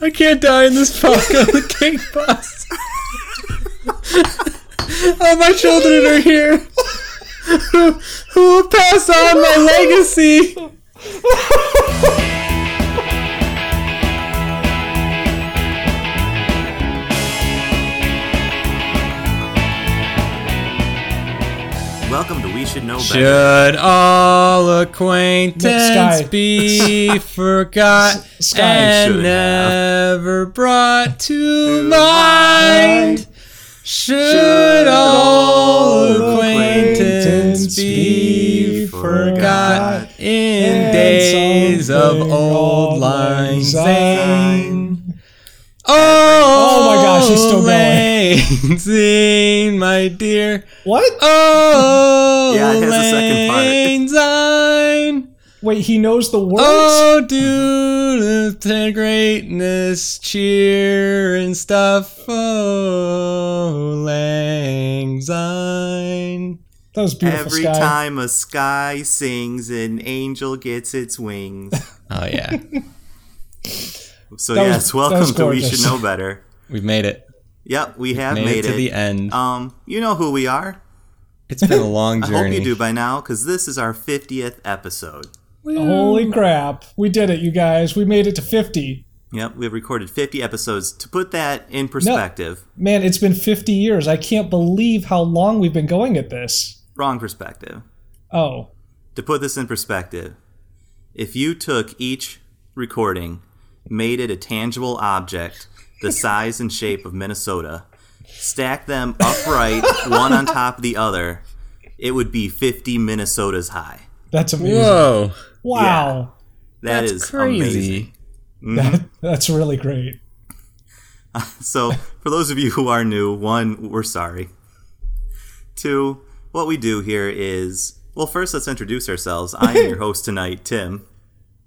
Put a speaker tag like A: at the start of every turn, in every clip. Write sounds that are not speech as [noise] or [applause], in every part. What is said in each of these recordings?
A: I can't die in this park on the king bus. All my children are here. Who, who will pass on my legacy?
B: Welcome to We Should Know Better.
A: Should all acquaintance
C: Sky.
A: be forgot
C: Sky
A: and
B: should have.
A: never brought to mind? Should all acquaintance be forgot in
C: And
A: days of
C: something
A: old lang syne? Oh,
C: my gosh, he's still
A: going. my dear.
C: What?
A: Oh,
B: Yeah, it has a second part.
A: Lang Syne.
C: Wait, he knows the words?
A: Oh, do the greatness, cheer and stuff. Oh, Lang Syne.
C: that was beautiful,
B: Every
C: Sky.
B: time a sky sings, an angel gets its wings.
A: Oh
B: [laughs]
A: yeah,
B: So
C: That was-
B: yes,
C: that was
B: welcome to We Should
C: gorgeous.
B: Know Better.
A: we've made it.
B: Yep, we have
A: Made,
B: made,
A: it to the end.
B: Um, you know who we are.
A: It's been a long journey.
B: [laughs] I hope you do by now, because this is our fiftieth episode.
C: Holy crap. We did it, you guys. We made it to 50.
B: Yep, we have recorded fifty episodes. To put that in perspective,
C: Man, it's been 50 years. I can't believe how long we've been going at this.
B: wrong perspective.
C: Oh,
B: To put this in perspective, if you took each recording, made it a tangible object the size and shape of Minnesota, stacked them
A: [laughs]
B: upright, one on top of the other, it would be 50 Minnesotas high.
C: that's amazing.
A: Whoa,
C: Wow.
B: That's
A: that's crazy.
B: amazing.
C: That,
A: Mm-hmm.
C: that's really great.
B: So, for those of you who are new, one, we're sorry. Two, what we do here is well, first, let's introduce ourselves. I
A: [laughs]
B: am your host tonight, Tim.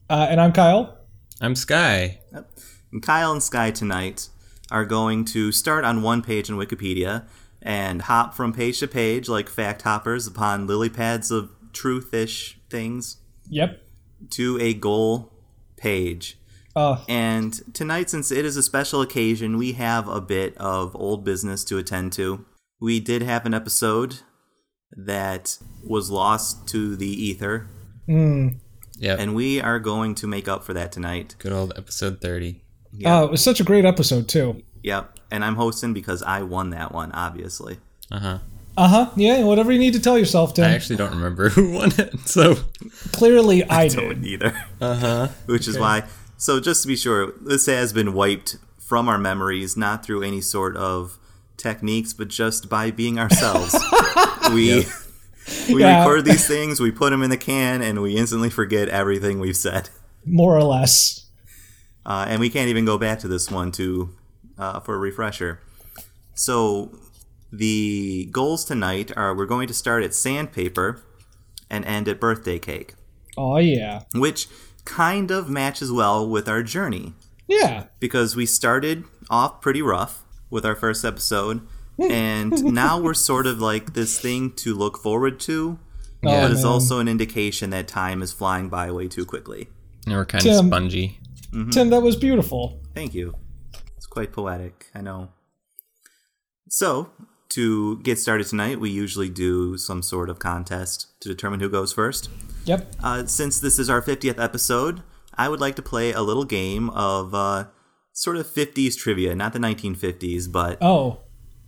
C: Uh, and I'm Kyle.
A: I'm Sky.
B: And Kyle and Sky tonight are going to start on one page in Wikipedia and hop from page to page like fact hoppers upon lily pads of truthish things
C: Yep.
B: to a goal page.
C: Uh,
B: And tonight, since it is a special occasion, we have a bit of old business to attend to. We did have an episode that was lost to the ether,
A: Yep.
B: and we are going to make up for that tonight.
A: Good old episode thirty.
C: uh, it was such a great episode, too.
B: Yep. And I'm hosting because I won that one, obviously.
A: Uh huh.
C: Uh huh. Yeah, whatever you need to tell yourself, Tim.
A: I actually don't remember [laughs] who won it, so
C: Clearly, [laughs] I
B: [laughs]
C: did.
B: Either. Uh huh. [laughs] Which is why. So just to be sure, this has been wiped from our memories, not through any sort of techniques, but just by being ourselves. we we
C: Yeah.
B: record these things, we put them in the can, and we instantly forget everything we've said.
C: More or less.
B: Uh, and we can't even go back to this one to uh, for a refresher. So the goals tonight are: we're going to start at sandpaper and end at birthday cake.
C: Oh, yeah.
B: which kind of matches well with our journey
C: Yeah.
B: because we started off pretty rough with our first episode and now we're sort of like this thing to look forward to
A: Yeah.
B: but it's
C: Oh, man.
B: also an indication that time is flying by way too quickly
A: and we're kind of
C: Tim.
A: spongy.
B: mm-hmm.
C: Tim, that was beautiful.
B: thank you it's quite poetic i know so to get started tonight we usually do some sort of contest to determine who goes first
C: Yep.
B: Uh, since this is our 50th episode, I would like to play a little game of uh, sort of 50s trivia, not the 1950s, but
C: Oh,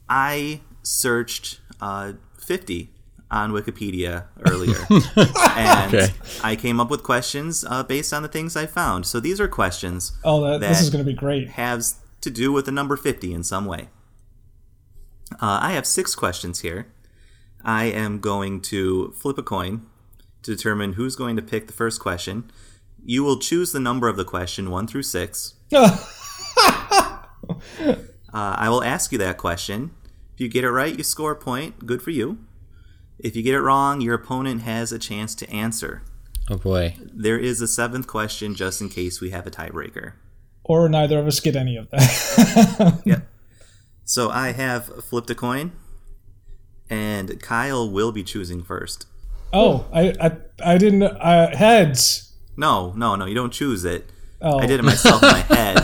B: I searched uh, 50 on Wikipedia earlier. and
A: Okay.
B: I came up with questions uh, based on the things I found. So these are questions
C: oh, that, this
B: That-
C: is going to be great. [laughs]
B: has to do with the number 50 in some way. Uh, I have six questions here. I am going to flip a coin to determine who's going to pick the first question. You will choose the number of the question, one through six. Uh, I will ask you that question. If you get it right, you score a point. Good for you. If you get it wrong, your opponent has a chance to answer.
A: Oh [laughs] boy.
B: There is a seventh question just in case we have a tiebreaker.
C: or neither of us get any of that. [laughs]
B: So I have flipped a coin, and Kyle will be choosing first.
C: oh, I, I, I didn't. Uh, heads.
B: No, no, no, you don't choose it.
C: Oh, [laughs]
B: I did it myself in my head.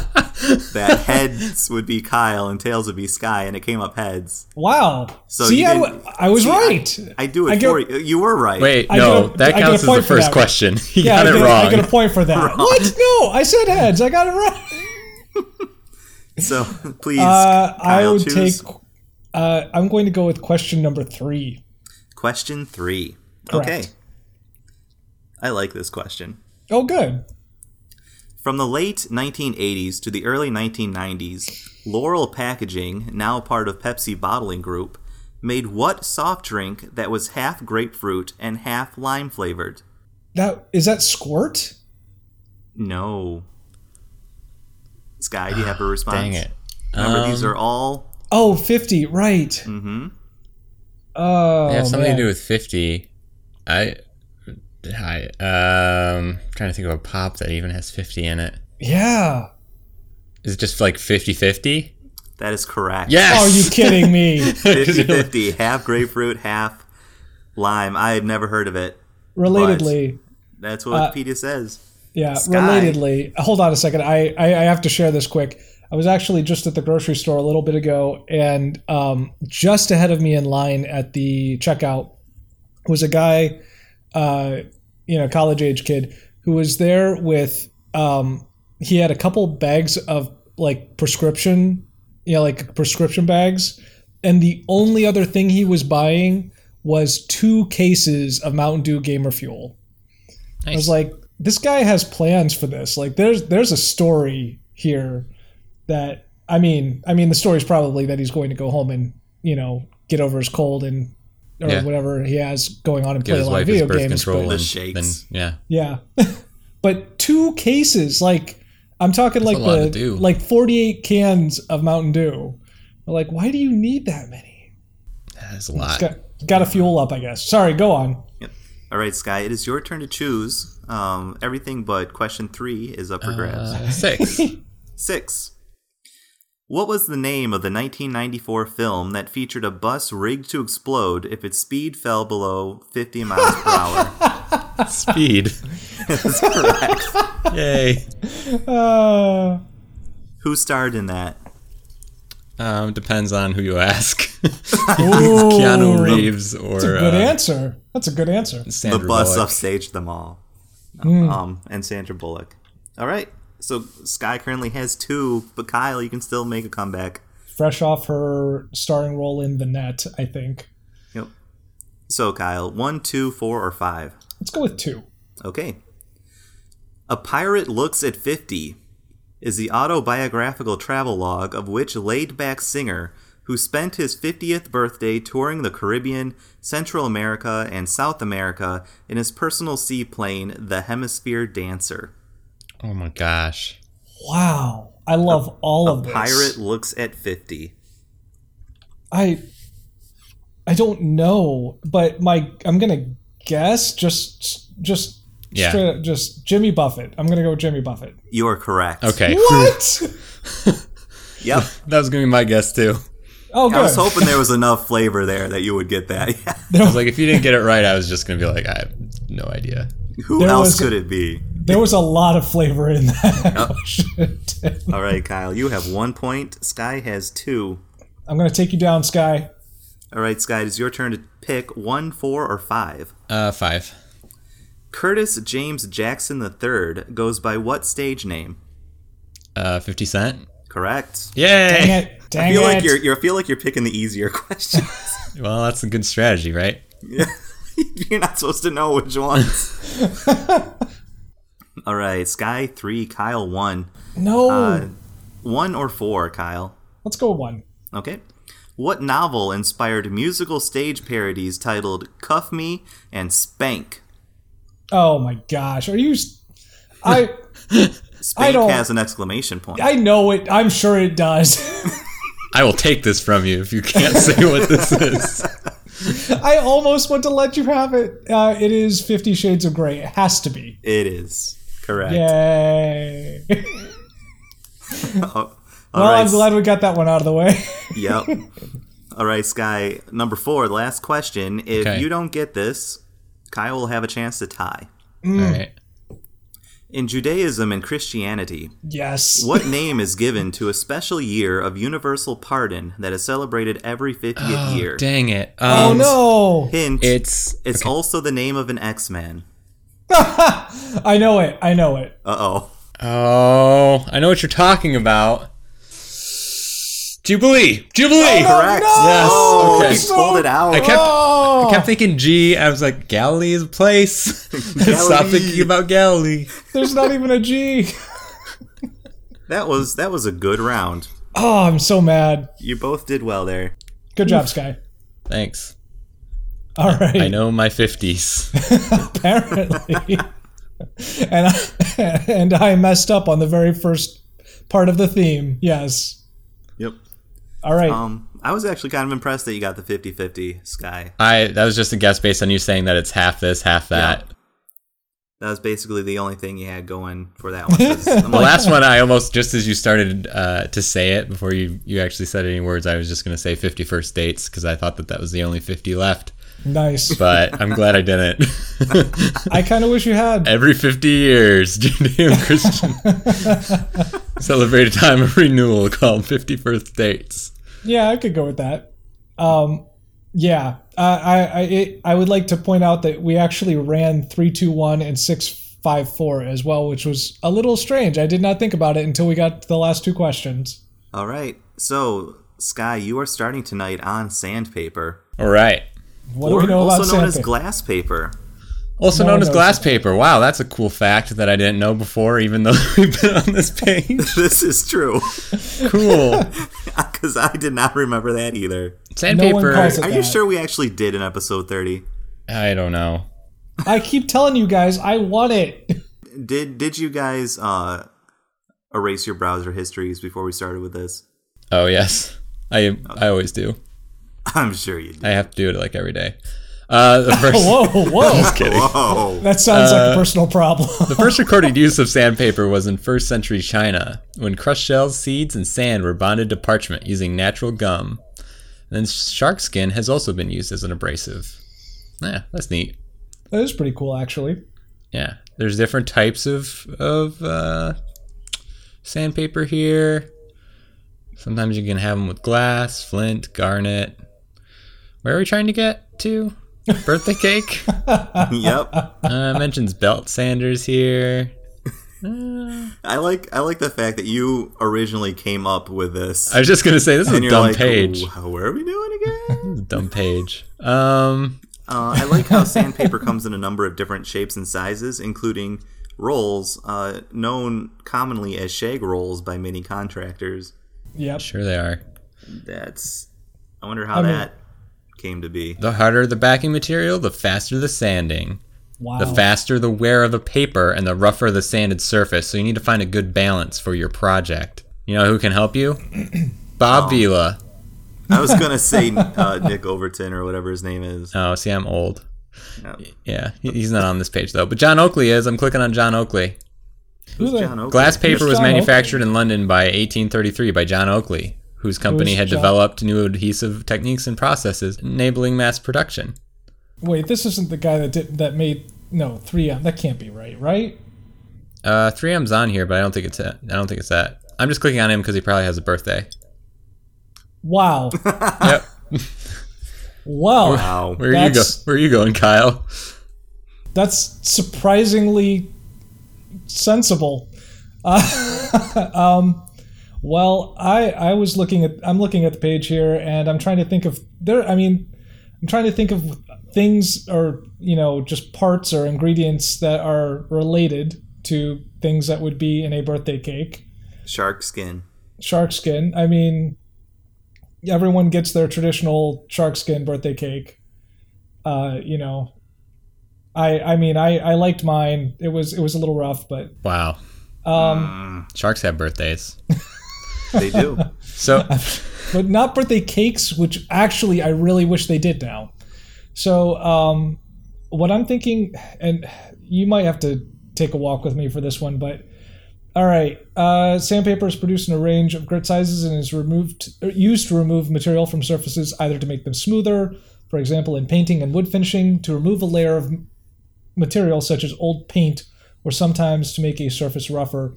B: that heads would be Kyle and tails would be Sky, and it came up heads.
C: Wow.
B: So
C: see,
B: you
C: I,
B: didn't-
C: w- I was
B: see, I- [laughs]
C: right.
B: I do it
C: I get-
B: for you. You were right.
A: Wait,
C: I
A: no,
C: get a- I
A: that
C: get a
A: comes as the
C: point for
A: first
C: that.
A: question. [laughs] He
C: yeah,
A: got
C: I
A: it
C: get, I get
A: wrong.
C: a point
B: [laughs]
C: for that. What? No, I said heads. I got it right.
B: So [laughs] please,
C: Uh, I
B: Kyle,
C: would
B: choose
C: take. Uh, I'm going to go with question number three.
B: question three.
C: Correct.
B: Okay. I like this question.
C: Oh, good.
B: From the late 1980s to the early 1990s, Laurel Packaging, now part of Pepsi Bottling Group, made what soft drink that was half grapefruit and half lime flavored?
C: That is that squirt.
B: No. Sky, do you have a response?
A: Ah, Dang it.
B: Remember, these
A: Um,
B: are all.
C: Oh, 50, Right.
B: Mm.
C: Mm-hmm. Oh,
A: They have something
C: man.
A: to do with 50. I. I um trying to think of a pop that even has 50 in it.
C: Yeah.
A: Is it just like 50-50?
B: That is
A: [laughs]
B: correct.
A: Yes.
C: Are Oh, you kidding me?
B: 50 50, half grapefruit, half lime. I had never heard of it.
C: Relatedly,
B: That's
A: Uh,
B: what Wikipedia says.
C: yeah.
B: Sky.
C: Relatedly, hold on a second. I, I I have to share this quick. I was actually just at the grocery store a little bit ago, and um, just ahead of me in line at the checkout was a guy, uh, you know, college age kid who was there with um, he had a couple bags of like prescription, you know, like prescription bags, and the only other thing he was buying was two cases of Mountain Dew Gamer Fuel. I was like, this guy has plans for this. Like, there's there's a story here that I mean, I mean, the story's probably that he's going to go home and you know get over his cold and or
A: Yeah.
C: whatever he has going on and
A: Give
C: play a
A: his
C: lot
A: wife
C: of
A: his
C: video
A: birth
C: games.
A: control
B: The
A: and
B: shakes.
A: then- yeah.
C: Yeah, [laughs] but two cases. Like, I'm talking
A: a lot
C: like
A: to
C: the
A: do.
C: like 48 cans of Mountain Dew. Like, why do you need that many?
A: That is a lot.
C: Got, got to fuel up, I guess. Sorry, go on.
B: Yep. All right, Sky, it is your turn to choose. Um, everything but question three is up for grabs.
C: [laughs]
A: Uh, six.
B: Six. What was the name of the 1994 film that featured a bus rigged to explode if its speed fell below 50 miles per
A: [laughs]
B: hour?
A: Speed.
B: That's correct.
A: Yay.
C: Uh,
A: [laughs]
B: Who starred in that?
A: Um, depends on who you ask. [laughs]
C: Uh,
A: Keanu Reeves or
C: good
A: uh,
C: answer. That's a good answer.
A: Sandra
B: the bus
A: Bullock. Hmm.
B: upstaged them all. Um, and Sandra Bullock. All right. So Sky currently has two, but Kyle, you can still make a comeback.
C: fresh off her starring role in The Net, I think.
B: Yep. So Kyle, one, two, four, or five?
C: Let's go with two.
B: Okay. A Pirate Looks at 50 is the autobiographical travelogue of which laid back singer who spent his 50th birthday touring the Caribbean, Central America, and South America in his personal seaplane, the Hemisphere Dancer.
A: Oh my gosh.
C: Wow. I love all of this.
B: Pirate Looks at 50.
C: I I don't know, but my I'm gonna guess just just
A: Yeah.
C: straight up, just Jimmy Buffett. I'm gonna go with Jimmy Buffett.
B: You are correct.
A: Okay.
C: What? [laughs]
B: Yep.
A: That was gonna be my guess too.
C: Oh, good.
B: I was hoping there was enough flavor there that you would get that. [laughs]
A: I was like, if you didn't get it right, I was just gonna be like, I have no idea.
B: Who
C: There
B: else
C: was-
B: could it be?
C: There was a lot of flavor
A: [laughs]
C: in that question.
B: All right, Kyle, you have one point. Sky has two.
C: I'm gonna take you down, Sky.
B: All right, Sky, it's your turn to pick one, four, or five.
A: Uh, five.
B: Curtis James Jackson III goes by what stage name?
A: Uh, Fifty Cent.
B: Correct.
A: Yay.
C: Dang it! Dang
B: I feel
C: it!
B: like you're, you're I feel like you're picking the easier [laughs] questions.
A: Well, that's a good strategy, right?
B: you're not supposed to know which
C: [laughs]
B: ones. All right, Sky three, Kyle one,
C: no.
B: uh, one or four, Kyle.
C: Let's go with one.
B: Okay. What novel inspired musical stage parodies titled "Cuff Me" and "Spank"?
C: Oh my gosh, are you? s- I
B: Spank
C: don't-
B: has an exclamation point.
C: I know it. I'm sure it does. [laughs]
A: I will take this from you if you can't [laughs] say what this is.
C: I almost want to let you have it. Uh, it is Fifty Shades of Grey. It has to be.
B: it is correct.
C: Yay!
B: [laughs] Oh, all
C: well,
B: right,
C: I'm glad we got that one out of the way. [laughs]
B: yep. All right, Sky. Number four, last question. If
A: Okay.
C: Hmm.
B: you don't get this, Kyle will have a chance to tie.
A: All right.
B: In Judaism and Christianity,
A: [laughs]
C: Yes.
B: what name is given to a special year of universal pardon that is celebrated every 50th year?
A: Dang it.
C: Oh
A: Um,
C: no!
B: Hint, it's,
A: It's
B: also the name of an X-Man.
C: I know it. I know it.
B: Uh-oh.
A: oh, I know what you're talking about. Jubilee, Jubilee.
C: Oh,
B: Correct.
C: no!
A: Yes,
B: Oh,
A: okay.
B: you pulled it out.
A: I kept
C: Oh,
A: I kept thinking G. I was like Galilee is a place. [laughs] Stop
B: Galilee.
A: thinking about Galilee.
C: there's not even a G.
B: That was that was a good round.
C: Oh, I'm so mad.
B: You both did well there.
C: Good job, Sky.
A: Thanks.
C: All right.
A: I know my fifties.
C: [laughs] apparently. [laughs] and I, [laughs] and I messed up on the very first part of the theme. Yes.
B: Yep.
C: All right.
B: Um, I was actually kind of impressed that you got the 50-50 sky.
A: I that was just a guess based on you saying that it's half this, half
C: [laughs]
A: that.
B: That was basically the only thing you had going for that one. 'cause
C: [laughs]
B: I'm
A: The
B: like,
A: last one, I almost just as you started uh, to say it before you you actually said any words, I was just going to say fifty first dates because I thought that that was the only fifty left.
C: nice.
A: [laughs] But I'm glad I didn't. [laughs]
C: I kind of wish you had.
A: Every fifty years, [laughs] Judean Christian [laughs] celebrate a time of renewal called fifty first dates.
C: Yeah, I could go with that. Um, yeah. Uh, I I it, I would like to point out that we actually ran three two one and six five four as well, which was a little strange. I did not think about it until we got to the last two questions.
B: All right. So, Sky, you are starting tonight on sandpaper.
A: All right.
C: What do we know
B: also
C: about
B: known as
C: sandpaper?
B: glass paper. [laughs]
A: Also
C: No
A: known
C: one
A: as
C: knows
A: glass paper. Wow, that's a cool fact that I didn't know before, even though [laughs] we've been on this page.
B: This is true. [laughs]
A: Cool.
B: Because I did not remember that either.
C: No one
A: Sandpaper.
C: calls it
B: Are you
C: that.
B: sure we actually did in episode 30?
A: I don't know.
C: I keep telling you guys, I want it. [laughs]
B: Did Did you guys uh, erase your browser histories before we started with this? [laughs]
A: Oh yes, I I always do.
B: I'm sure you did.
A: I have to do it like every day. Uh, the first,
C: Whoa, Oh, [laughs] whoa.
B: Whoa.
C: [laughs] That sounds
B: Uh,
C: like a personal problem. [laughs]
A: the first recorded use of sandpaper was in first century China, when crushed shells, seeds, and sand were bonded to parchment using natural gum. And then shark skin has also been used as an abrasive. Yeah, that's neat.
C: that is pretty cool, actually.
A: Yeah, there's different types of of uh, sandpaper here. Sometimes you can have them with glass, flint, garnet. Where are we trying to get
B: [laughs]
A: to? Birthday cake.
B: yep.
A: Uh, it mentions belt sanders here.
B: I like I like the fact that you originally came up with this.
A: I was just gonna say this is
B: and
A: a
B: you're
A: dumb
B: like,
A: page.
B: "Wh- Where are we doing again?
A: This is a dumb page. Um,
B: Uh, I like how sandpaper comes in a number of different shapes and sizes, including rolls, uh, known commonly as shag rolls by many contractors.
C: Yep.
A: sure they are.
B: That's. I wonder how
C: I mean-
B: that came to be.
A: The harder the backing material, the faster the sanding.
C: Wow.
A: The faster the wear of the paper and the rougher the sanded surface. So you need to find a good balance for your project. You know who can help
C: [clears throat]
A: you?
C: Oh.
A: Bob Vila.
B: I was gonna say uh, Nick Overton or whatever his name is.
A: Oh, see, I'm old.
B: Yeah.
A: Yeah, he- he's not on this page though. But John Oakley is. I'm clicking on John Oakley.
C: Who the-
B: John Oakley.
A: Glass paper
C: Who's
A: was
C: John
A: manufactured in London by 1833 by John Oakley, whose company
C: Who's
A: had
C: John-
A: developed new adhesive techniques and processes, enabling mass production.
C: Wait, this isn't the guy that did that made no 3M. That can't be right, right?
A: Uh, 3M's on here, but I don't think it's that. I don't think it's that. I'm just clicking on him because he probably has a birthday.
C: Wow.
A: Yep.
C: Wow.
B: Wow.
A: Where are you go?
C: That's-
A: Where are you going, Kyle?
C: That's surprisingly sensible. Uh, [laughs] um, well, I I was looking at I'm looking at the page here, and I'm trying to think of there. I mean, I'm trying to think of things or you know just parts or ingredients that are related to things that would be in a birthday cake.
B: Shark skin.
C: Shark skin. I mean, everyone gets their traditional shark skin birthday cake. Uh, you know, I I mean I I liked mine. It was it was a little rough, but
A: Wow.
C: um,
B: Mm.
A: Sharks have birthdays.
B: They
A: [laughs]
B: do.
C: [laughs]
A: So
C: but not birthday cakes, which actually I really wish they did now. So um, what I'm thinking, and you might have to take a walk with me for this one, but all right, uh, sandpaper is produced in a range of grit sizes and is removed er, used to remove material from surfaces either to make them smoother, for example, in painting and wood finishing, to remove a layer of material such as old paint or sometimes to make a surface rougher.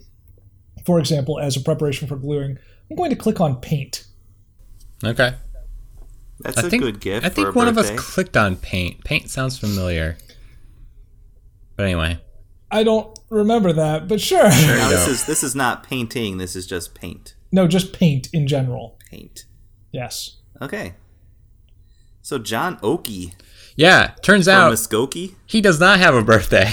C: For example, as a preparation for gluing, I'm going to click on paint.
A: Okay.
B: That's
A: I
B: a
A: think
B: good gift.
A: I
B: for a
A: think one of us
B: birthday.
A: clicked on paint. Paint sounds familiar. But anyway,
C: I don't remember that, but sure.
B: Now this
A: No.
B: is this is not painting. This is just paint.
C: no, just paint in general.
B: Paint.
C: Yes.
B: Okay. So John Oakey
A: yeah. Turns
B: from
A: out [laughs]
B: Muskogee.
A: he does not have a
C: [laughs]
A: birthday.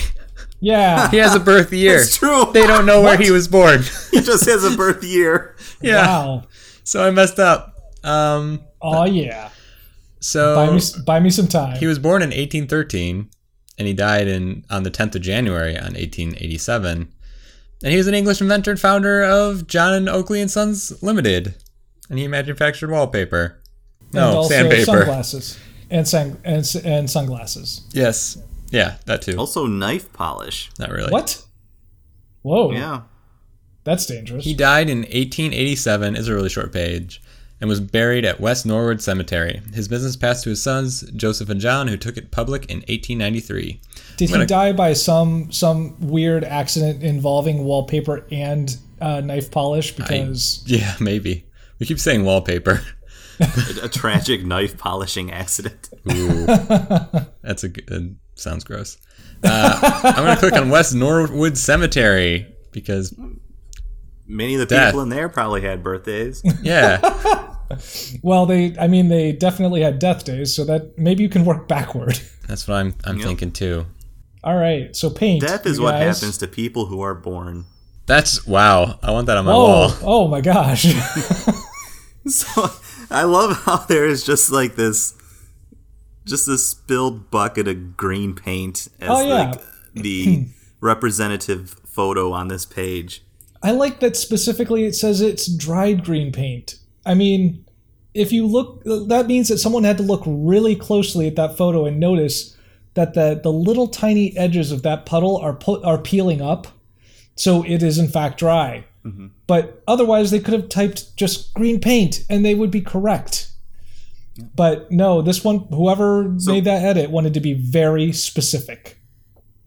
C: Yeah.
A: He has a birth year.
B: It's true.
A: They don't know where he was born.
B: he [laughs] just has a birth year.
A: [laughs] yeah.
C: Wow.
A: So I messed up. Um.
C: Oh yeah. Buy
A: So
C: me buy me some time.
A: he was born in 1813, and he died in on the 10th of January on 1887. And he was an English inventor and founder of John and Oakley and Sons Limited, and he manufactured wallpaper.
C: and
A: No,
C: also
A: sandpaper.
C: sunglasses and sun and, s- and sunglasses.
A: Yes. Yeah, that too.
B: Also knife polish.
A: Not really.
C: What? Whoa.
B: Yeah.
C: That's dangerous.
A: He died in 1887, is a really short page, and was buried at West Norwood Cemetery. His business passed to his sons, Joseph and John, who took it public in 1893.
C: Did
A: gonna-
C: he die by some some weird accident involving wallpaper and uh, knife polish? Because
A: Yeah, maybe. We keep saying wallpaper. [laughs]
B: A, a tragic [laughs] knife polishing accident. [laughs]
A: Ooh. That's a good, uh, sounds gross. Uh, I'm going to click on West Norwood Cemetery because,
B: Many of the
A: Death.
B: people in there probably had [laughs] birthdays.
A: yeah,
C: well, they I mean they definitely had death days, so that maybe you can work backward. [laughs]
A: that's what I'm, I'm thinking too.
C: All right, so paint.
B: Death
C: you
B: is what
C: guys.
B: happens to people who are born. [laughs]
A: That's, wow. I want that on my wall.
C: Oh, oh my gosh! [laughs]
B: So I love how there is just like this, just this spilled bucket of green paint as
C: Oh, yeah.
B: like the [clears throat] representative photo on this page.
C: I like that specifically. It says it's dried green paint. I mean, if you look, that means that someone had to look really closely at that photo and notice that the the little tiny edges of that puddle are pu- are peeling up, so it is in fact dry. But otherwise, they could have typed just green paint and they would be correct. But no, this one, whoever made that edit wanted to be very specific.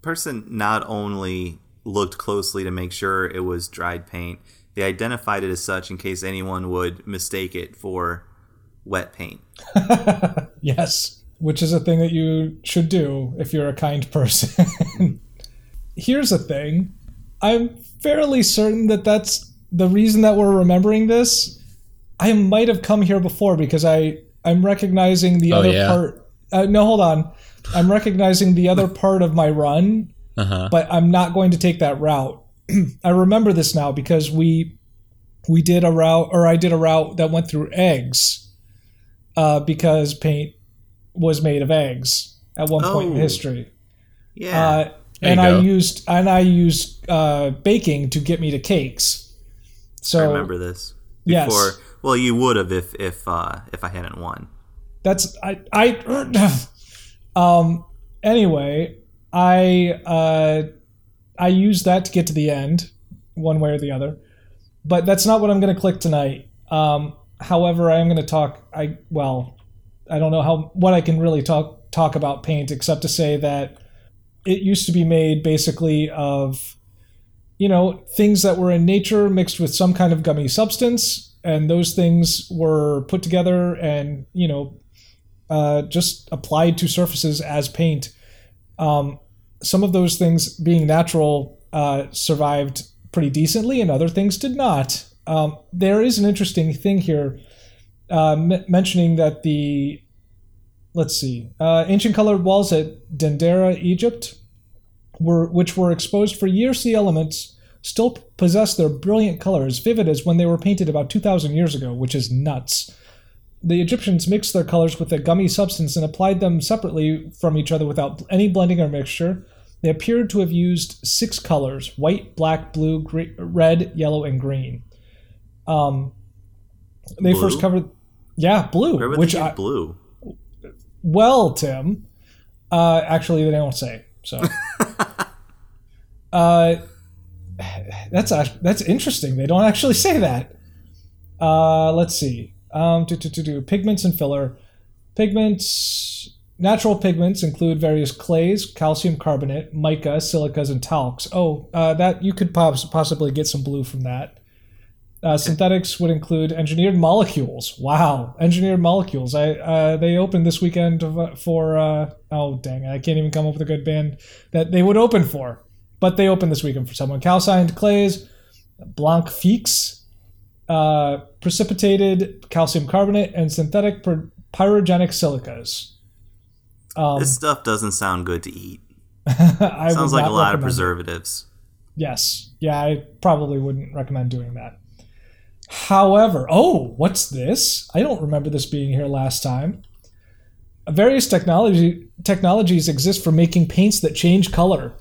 B: Person not only looked closely to make sure it was dried paint, they identified it as such in case anyone would mistake it for wet paint.
C: Yes, which is a thing that you should do if you're a kind person. [laughs] Here's a thing I'm fairly certain that that's the reason that we're remembering this. I might have come here before because I, I'm recognizing the
A: Oh,
C: other
A: yeah.
C: part. Uh, no, hold on. I'm recognizing the other part of my run,
A: Uh huh.
C: but I'm not going to take that route. [clears throat] I remember this now because we we did a route, or I did a route that went through eggs, uh, because paint was made of eggs at one point in
B: Oh.
C: history.
B: Yeah.
C: Uh,
A: There
C: and
A: you
C: I
A: go.
C: used and I used uh, baking to get me to cakes. So
B: I remember this.
C: yes.
B: Before well you would have if if uh if I hadn't won.
C: that's I I [clears throat] um anyway, I uh I used that to get to the end one way or the other. But that's not what I'm going to click tonight. Um however, I am going to talk I well, I don't know how what I can really talk talk about paint except to say that it used to be made basically of you know things that were in nature mixed with some kind of gummy substance and those things were put together and you know uh, just applied to surfaces as paint um, some of those things being natural uh, survived pretty decently and other things did not um, there is an interesting thing here uh, m- mentioning that the let's see uh, ancient colored walls at dendera egypt were which were exposed for years to the elements still possess their brilliant colors vivid as when they were painted about 2000 years ago which is nuts the egyptians mixed their colors with a gummy substance and applied them separately from each other without any blending or mixture they appeared to have used six colors white black blue gre- red yellow and green um, they
B: Blue?
C: first covered yeah blue
B: Where would
C: which
B: they get
C: I,
B: blue?
C: well, Tim, uh, actually, they don't say. So,
B: [laughs]
C: uh, that's act- that's interesting. They don't actually say that. Uh, let's see. Um, do, do, do, do. Pigments and filler. Pigments. Natural pigments include various clays, calcium carbonate, mica, silicas, and talcs. Oh, uh, that you could pos- possibly get some blue from that. Uh, synthetics would include engineered molecules. Wow, engineered molecules! I uh, they opened this weekend of- for uh, oh dang, it, I can't even come up with a good band that they would open for, but they opened this weekend for someone. Calcined clays, Blanc Fix, uh, precipitated calcium carbonate, and synthetic py- pyrogenic silicas. [laughs] Um,
B: This stuff doesn't sound good to eat.
C: I would
B: Sounds like a lot of
C: not recommend it.
B: preservatives.
C: Yes. Yeah, I probably wouldn't recommend doing that. However, oh, what's this? I don't remember this being here last time. Various technology technologies exist for making paints that change color.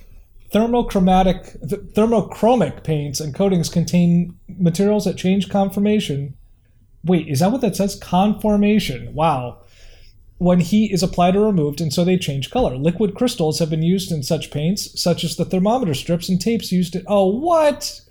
C: Thermochromatic th- thermochromic paints and coatings contain materials that change conformation. Wait, is that what that says? Conformation. Wow when heat is applied or removed, and so they change color. Liquid crystals have been used in such paints, such as the thermometer strips and tapes used in. Oh, what?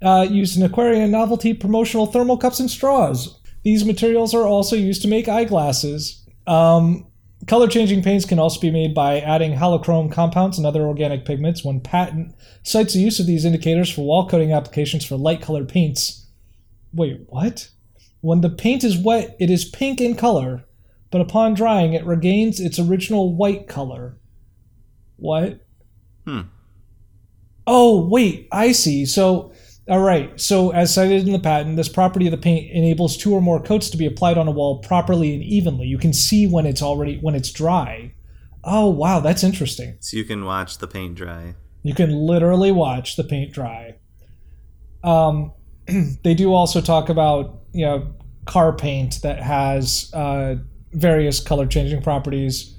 C: Uh, used in aquarium novelty promotional thermal cups and straws. These materials are also used to make eyeglasses. Um, color changing paints can also be made by adding halochrome compounds and other organic pigments. One patent cites the use of these indicators for wall coating applications for light colored paints. Wait, what? When the paint is wet, it is pink in color, but upon drying, it regains its original white color. What?
B: Hmm.
C: Oh, wait, I see. So, all right. So, as cited in the patent, this property of the paint enables two or more coats to be applied on a wall properly and evenly. You can see when it's already when it's dry. Oh, wow, that's interesting.
B: So you can watch the paint dry.
C: You can literally watch the paint dry. Um, [clears throat] they do also talk about you know car paint that has uh, various color changing properties.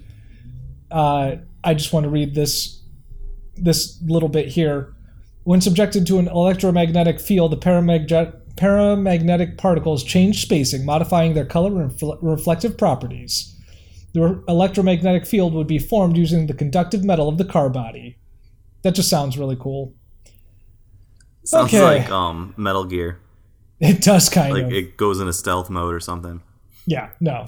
C: Uh, I just want to read this this little bit here. When subjected to an electromagnetic field, the paramagnetic paramagnetic particles change spacing, modifying their color and refle- reflective properties. The re- electromagnetic field would be formed using the conductive metal of the car body. That just sounds really cool.
B: Sounds
C: Okay.
B: like um Metal Gear.
C: It does kind
B: Like
C: of.
B: it goes into stealth mode or something.
C: yeah, no.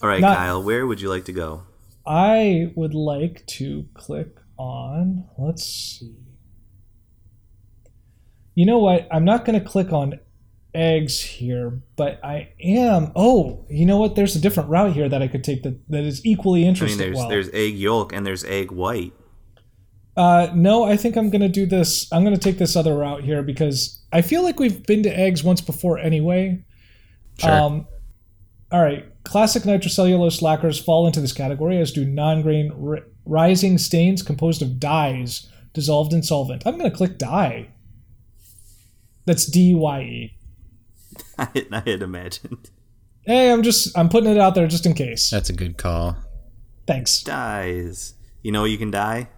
B: All right,
C: Not-
B: Kyle, where would you like to go?
C: I would like to click on, let's see. You know what? I'm not going to click on eggs here, but I am. Oh, you know what? There's a different route here that I could take that, that is equally
B: I mean,
C: interesting.
B: there's
C: well,
B: there's egg yolk and there's egg white. [laughs]
C: Uh, no, I think I'm going to do this. I'm going to take this other route here because I feel like we've been to eggs once before anyway.
A: Sure.
C: Um, all right. Classic nitrocellulose lacquers fall into this category, as do non grain ri- rising stains composed of dyes dissolved in solvent. I'm going to click dye. That's D Y E.
B: I had, I had imagined [laughs]
C: Hey, I'm just I'm putting it out there just in case.
A: That's a good call.
C: Thanks.
B: dies. You know you can die.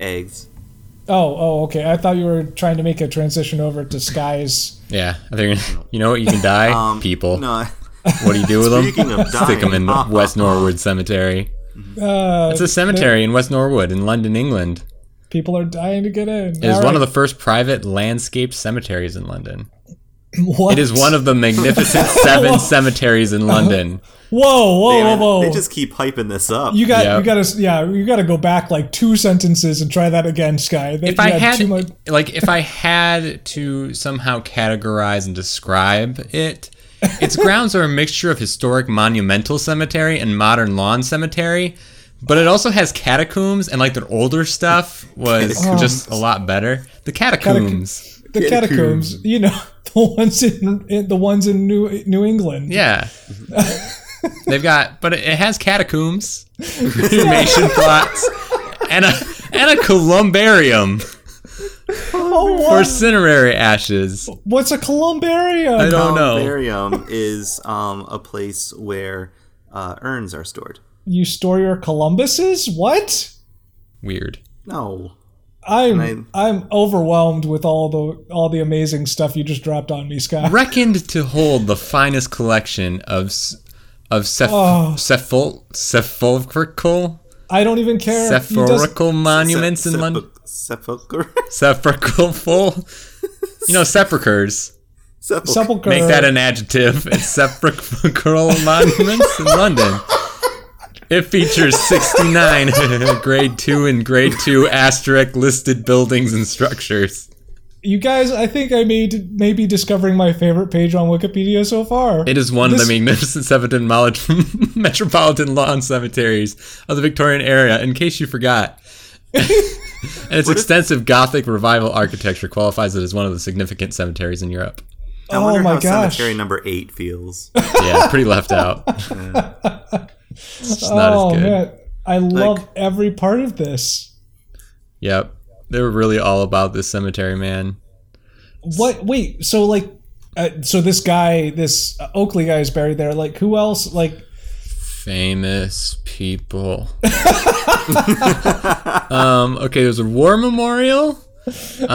B: Eggs.
C: Oh, oh, okay. I thought you were trying to make a transition over to skies.
A: Yeah, I think [laughs] you know what
B: [laughs]
A: you can die.
B: Um,
A: People,
B: No,
A: what do you do with
B: [laughs] Speaking
A: them?
B: of uh, uh-huh.
A: Stick them in
B: dying. oh,
A: West Norwood Cemetery.
C: Uh,
A: It's a cemetery in West Norwood in London, England.
C: people are dying to get in.
A: It is
C: All
A: one of
C: right.
A: the first private landscaped cemeteries in London.
C: What? Uh-huh.
A: It is one
C: [laughs]
A: of the magnificent seven cemeteries in London.
B: Damn
C: Whoa, whoa,
B: it,
C: whoa, whoa!
B: They just keep hyping this up. [laughs]
C: you got,
A: Yep.
C: you got to, yeah, you got to go back like two sentences and try that again, Sky. That-
A: If I
C: you
A: had,
C: too much-
A: like, if I had to somehow categorize and describe it, its grounds are a mixture of historic monumental cemetery and modern lawn cemetery, but it also has catacombs and like their older stuff was just a lot better. The catacombs,
C: the catacombs, you know, [laughs] the ones in, in the ones in New New England.
A: yeah. They've got, but it it has catacombs, cremation plots, and a and a columbarium
C: Oh,
A: for
C: what?
A: cinerary ashes.
C: what's a columbarium?
A: I don't know.
B: Columbarium is um, a place where uh, urns are stored.
C: you store your Columbuses? What?
A: Weird.
B: No.
C: I'm
B: And
C: I'm overwhelmed with all the all the amazing stuff you just dropped on me, Sky.
A: reckoned to hold the finest collection of s- of seph-
C: Oh.
A: sephul- sepulchral
C: I don't even care. You just-
A: sepulchral monuments
B: Sep-
A: in London.
B: sepul- Sepulchre. [laughs]
A: Sepulchral, you know, sepulchres.
B: Sepul-
C: sepulcher.
B: Uh.
A: Make that an adjective. It's sepulchral monuments in London. It features 69 [laughs] grade 2 and grade 2 asterisk listed buildings and structures.
C: You guys, I think I may, may be discovering my favorite page on Wikipedia so far.
A: It is one
C: This-
A: of the magnificent [laughs] seven mol- metropolitan lawn cemeteries of the Victorian era, in case you forgot. and its extensive Gothic revival architecture qualifies it as one of the significant cemeteries in Europe.
B: I
C: Oh
B: wonder
C: my
B: how
C: gosh.
B: cemetery number eight feels.
C: [laughs]
A: Yeah, pretty left out. It's just not
C: oh
A: as good.
C: man, I love
B: Like-
C: every part of this.
A: Yep. They were really all about this cemetery, man.
C: What? Wait. So like, uh, so this guy, this uh, Oakley guy, is buried there. Like, who else? Like,
A: Famous people. um, okay, there's a war memorial.
C: okay.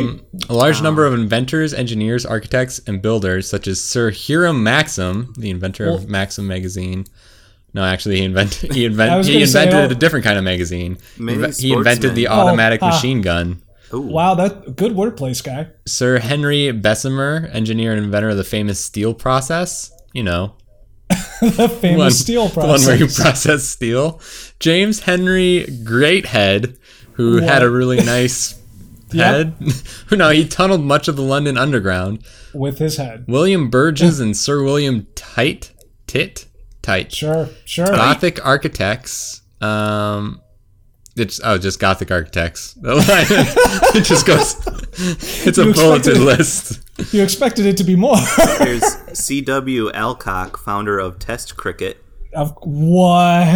A: Um, a large number of inventors, engineers, architects, and builders, such as Sir Hiram Maxim, the inventor of Maxim magazine. No, actually, he invented he,
C: I
A: invent, [laughs]
C: was
A: he
C: gonna say,
A: invented
C: oh.
A: a different kind of magazine. He
B: Maybe
A: inve- He invented the
B: sportsman.
C: Oh,
A: automatic
C: ah.
A: machine gun.
B: Ooh.
C: wow, that good wordplace guy. [laughs]
A: Sir Henry Bessemer, engineer and inventor of the famous steel process. You know,
C: the famous
A: one-
C: steel
A: the [laughs] one
C: process.
A: where you process steel. James Henry Greathead, who
C: What?
A: had a really
C: [laughs]
A: nice
C: Yep.
A: head. [laughs] no, he tunneled much of the London Underground.
C: with his head.
A: William Burgess and Sir William Tite, Tit, Tite,
C: Sure, sure.
A: Gothic architects. Um, it's oh, just Gothic architects. [laughs] The line- it just goes. It's a
C: You expected it.
A: bulletin list.
C: You expected it to be more. [laughs]
B: There's C.W. Alcock, founder of Test Cricket.
C: of what?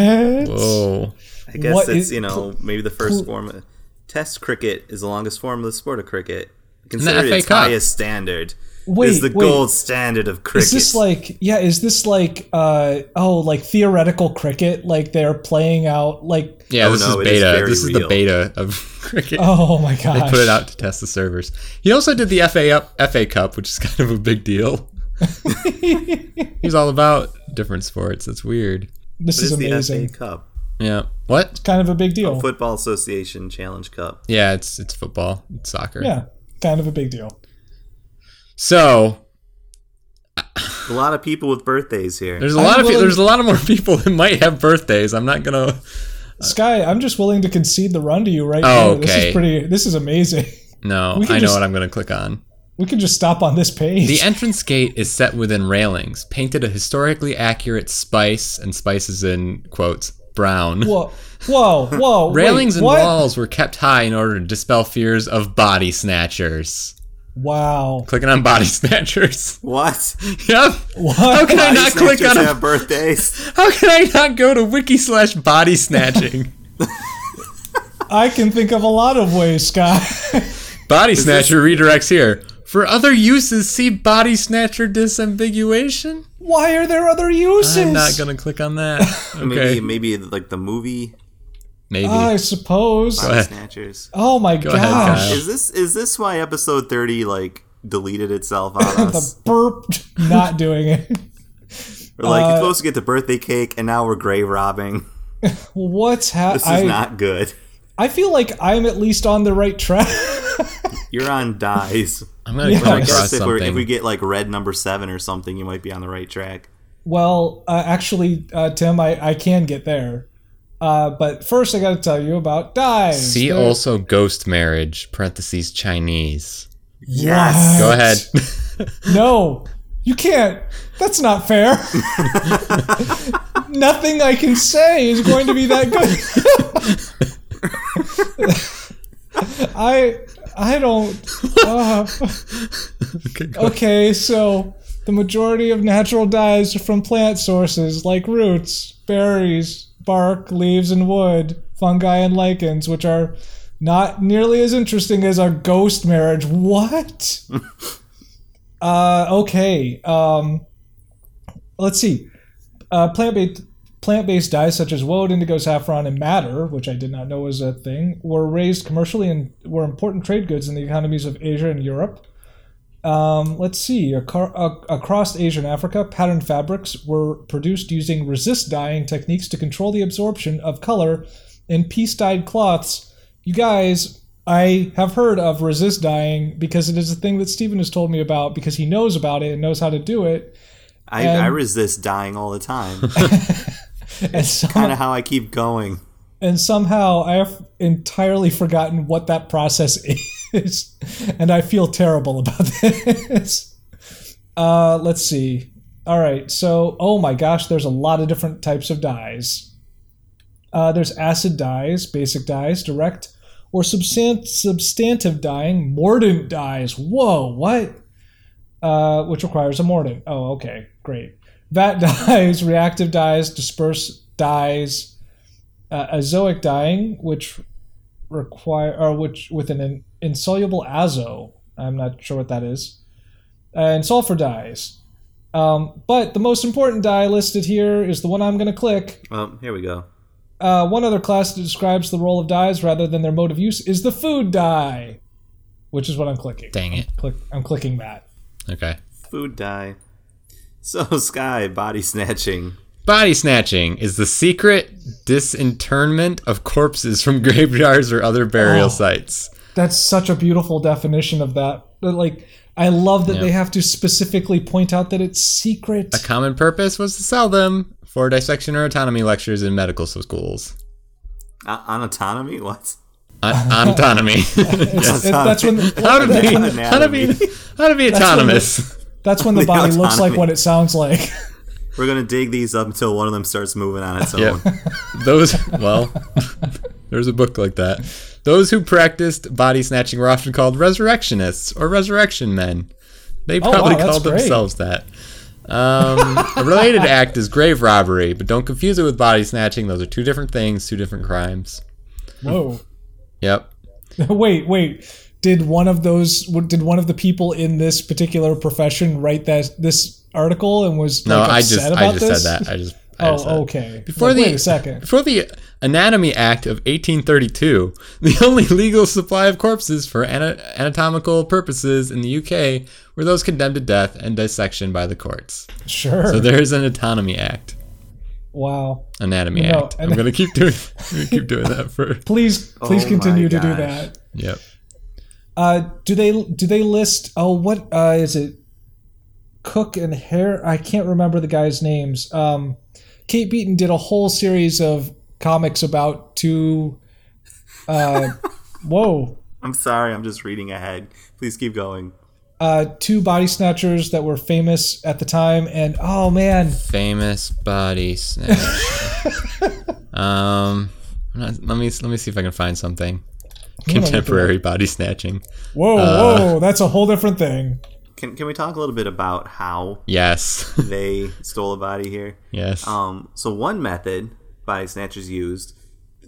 A: Whoa.
B: I guess
C: What
B: it's,
C: is-
B: you know, maybe the first form. Of, test cricket is the longest form of the sport of cricket. Considered
A: FA
B: its
A: Cup.
B: highest standard.
C: Wait,
B: is the
C: wait.
B: gold standard of cricket.
C: Is this like yeah? Is this like uh oh like theoretical cricket? Like they're playing out like
A: Yeah,
B: Oh,
A: this
B: no,
A: is
B: it is
A: beta.
B: very
A: this is the
B: real.
A: beta of [laughs] cricket.
C: oh my gosh!
A: They put it out to test the servers. He also did the FA up, FA Cup, which is [laughs] kind of a big
C: [laughs]
A: deal. He's all about different sports. That's weird.
C: This
B: What
C: is
B: is the
C: amazing.
B: FA Cup?
A: Yeah. What?
C: Kind of a big deal.
B: Football Association Challenge Cup.
A: Yeah, it's it's football. It's soccer.
C: Yeah, kind of a big deal.
A: So
B: A lot of people with birthdays here.
A: There's a
C: I'm
A: lot of
C: willing-
A: people, there's a lot of more [laughs] people that might have birthdays. I'm not gonna.
C: Sky, I'm just willing to concede the run to you right now.
A: Oh,
C: This
A: okay.
C: is pretty. This is amazing. [laughs]
A: No,
C: We
A: I
C: can
A: know
C: just-
A: what I'm gonna click on.
C: We can just stop on this page.
A: The
C: [laughs]
A: entrance gate is set within railings, painted a historically accurate spice, and spices in quotes brown.
C: whoa, whoa, whoa! wait,
A: railings and
C: what?
A: walls were kept high in order to dispel fears of body snatchers.
C: Wow!
A: Clicking on body [laughs] snatchers.
C: [laughs]
B: what?
A: yep.
C: What?
A: How can I
B: Body
A: not click
B: snatchers
A: on? A,
C: [laughs]
B: have birthdays.
A: how can I not go to wiki slash body snatching?
C: [laughs] I can think of a lot of ways, Scott.
A: Body Snatcher redirects here. For other uses, see Body Snatcher disambiguation.
C: [laughs] Why are there other uses?
A: I'm not gonna click on [laughs] that. Okay,
B: Maybe maybe like the movie
A: maybe.
C: I suppose.
B: Body
A: ahead.
B: Snatchers.
C: Oh my
A: ahead,
C: gosh.
A: Kyle.
B: Is this is this why episode thirty like deleted
C: [laughs]
B: itself on us?
C: the burped not doing it. [laughs]
B: We're like
C: uh,
B: you're supposed to get the birthday cake and now we're grave robbing. [laughs]
C: What's
B: This is
C: happening? I,
B: not good.
C: I feel like I'm at least on the right track. [laughs]
B: You're on dice.
A: I'm gonna
C: Yeah,
A: come
C: I
B: I
A: across
B: guess if, we're, if
A: something.
B: we get like red number seven or something, you might be on the right track.
C: well, uh, actually, uh, Tim, I, I can get there. Uh, but first, I got to tell you about dives.
A: see
C: They're-
A: also ghost marriage (parentheses Chinese).
B: Yes.
A: Go ahead.
C: [laughs] No, you can't. That's not
A: [laughs]
C: fair. Nothing I can say is going to be that good. [laughs] I I don't. uh,
A: Okay, go-
C: okay, so the majority of natural dyes are from plant sources like roots, berries, bark, leaves, and wood, fungi, and lichens, which are not nearly as interesting as our ghost marriage. What? uh, okay. Um, let's see. Uh, plant-based plant-based dyes such as woad, indigo, saffron, and madder, which I did not know was a thing, were raised commercially and were important trade goods in the economies of Asia and Europe. Um, let's see. Acar- ac- across Asia and Africa, pattern fabrics were produced using resist dyeing techniques to control the absorption of color in piece dyed cloths. You guys, I have heard of resist dyeing because it is a thing that Stephen has told me about because he knows about it and knows how to do it.
B: I, I resist dying all the time.
C: and so
B: kind of how I keep going.
C: and somehow I have entirely forgotten what that process [laughs] is, and I feel terrible about [laughs] this. Uh, let's see. All right, so oh my gosh, there's a lot of different types of dyes. Uh, there's acid dyes, basic dyes, direct or substan- substantive dyeing, mordant dyes. Whoa, what? Uh, which requires a mordant. Oh, okay, great. Vat [laughs] dyes, reactive dyes, disperse dyes, uh, azoic dyeing, which require or which with an in, insoluble azo. I'm not sure what that is, uh, and sulfur dyes. Um, but the most important dye listed here is the one I'm going to click.
B: Oh, here we go.
C: Uh, one other class that describes the role of dyes rather than their mode of use is the food dye, which is what I'm clicking.
A: Dang it.
C: Click, I'm clicking that.
A: Okay.
B: Food dye. So [laughs] Sky body snatching.
A: Body snatching is the secret disinterment of corpses from [laughs] graveyards or other burial
C: Oh.
A: sites.
C: That's such a beautiful definition of that. But, Like, I love that
A: Yeah.
C: they have to specifically point out that it's secret.
A: A common purpose was to sell them for dissection or autonomy lectures in medical schools.
B: Uh, on autonomy? What?
A: On, autonomy. [laughs]
C: It- Uh,
B: [laughs]
C: that's when
A: how to be
B: Anatomy.
A: how to be how to be autonomous. [laughs]
C: that's when the
B: The
C: body looks like
B: autonomy.
C: what it sounds like. [laughs]
B: We're gonna dig these up until one of them starts moving on
C: [laughs]
B: its
A: Yep.
B: own.
A: Those well, [laughs] there's a book like that. Those who practiced body snatching were often called resurrectionists or resurrection men. They
C: Oh, wow,
A: probably
C: that's
A: called
C: great.
A: themselves that. Um, a related
C: [laughs]
A: act is grave robbery, but don't confuse it with body snatching. Those are two different things, two different crimes.
C: Whoa! [laughs]
A: Yep.
C: wait, wait. Did one of those? Did one of the people in this particular profession write that this article and was
A: No,
C: like,
A: I
C: upset
A: just
C: about
A: I just
C: this?
A: said that. I just I just said that.
C: [laughs] Oh, okay.
A: Before
C: Like,
A: the
C: wait a
A: [laughs]
C: second.
A: Before the Anatomy Act of 1832, the only legal supply of corpses for ana- anatomical purposes in the UK were those condemned to death and dissection by the courts.
C: Sure.
A: So there is an Autonomy Act,
C: wow.
A: Anatomy
C: No,
A: Act.
C: and-
A: I'm gonna keep doing I'm gonna keep doing that for
C: Please, please
B: Oh my
C: continue to do
B: gosh.
C: that.
A: yep.
C: Uh, do they do they list? Oh, what uh, is it? Cook and Hare. I can't remember the guys' names. Um, Kate Beaton did a whole series of comics about two. Uh, whoa.
B: I'm sorry, I'm just reading ahead. Please keep going.
C: uh, two body snatchers that were famous at the time, and oh man,
A: Famous body
C: [laughs]
A: snatch. um, I'm not- let me let me see if I can find something. Contemporary body snatching.
C: whoa, whoa, that's a whole different thing.
B: Can can we talk a little bit about how
A: Yes. [laughs]
B: they stole a body here?
A: yes.
B: Um, so one method body snatchers used,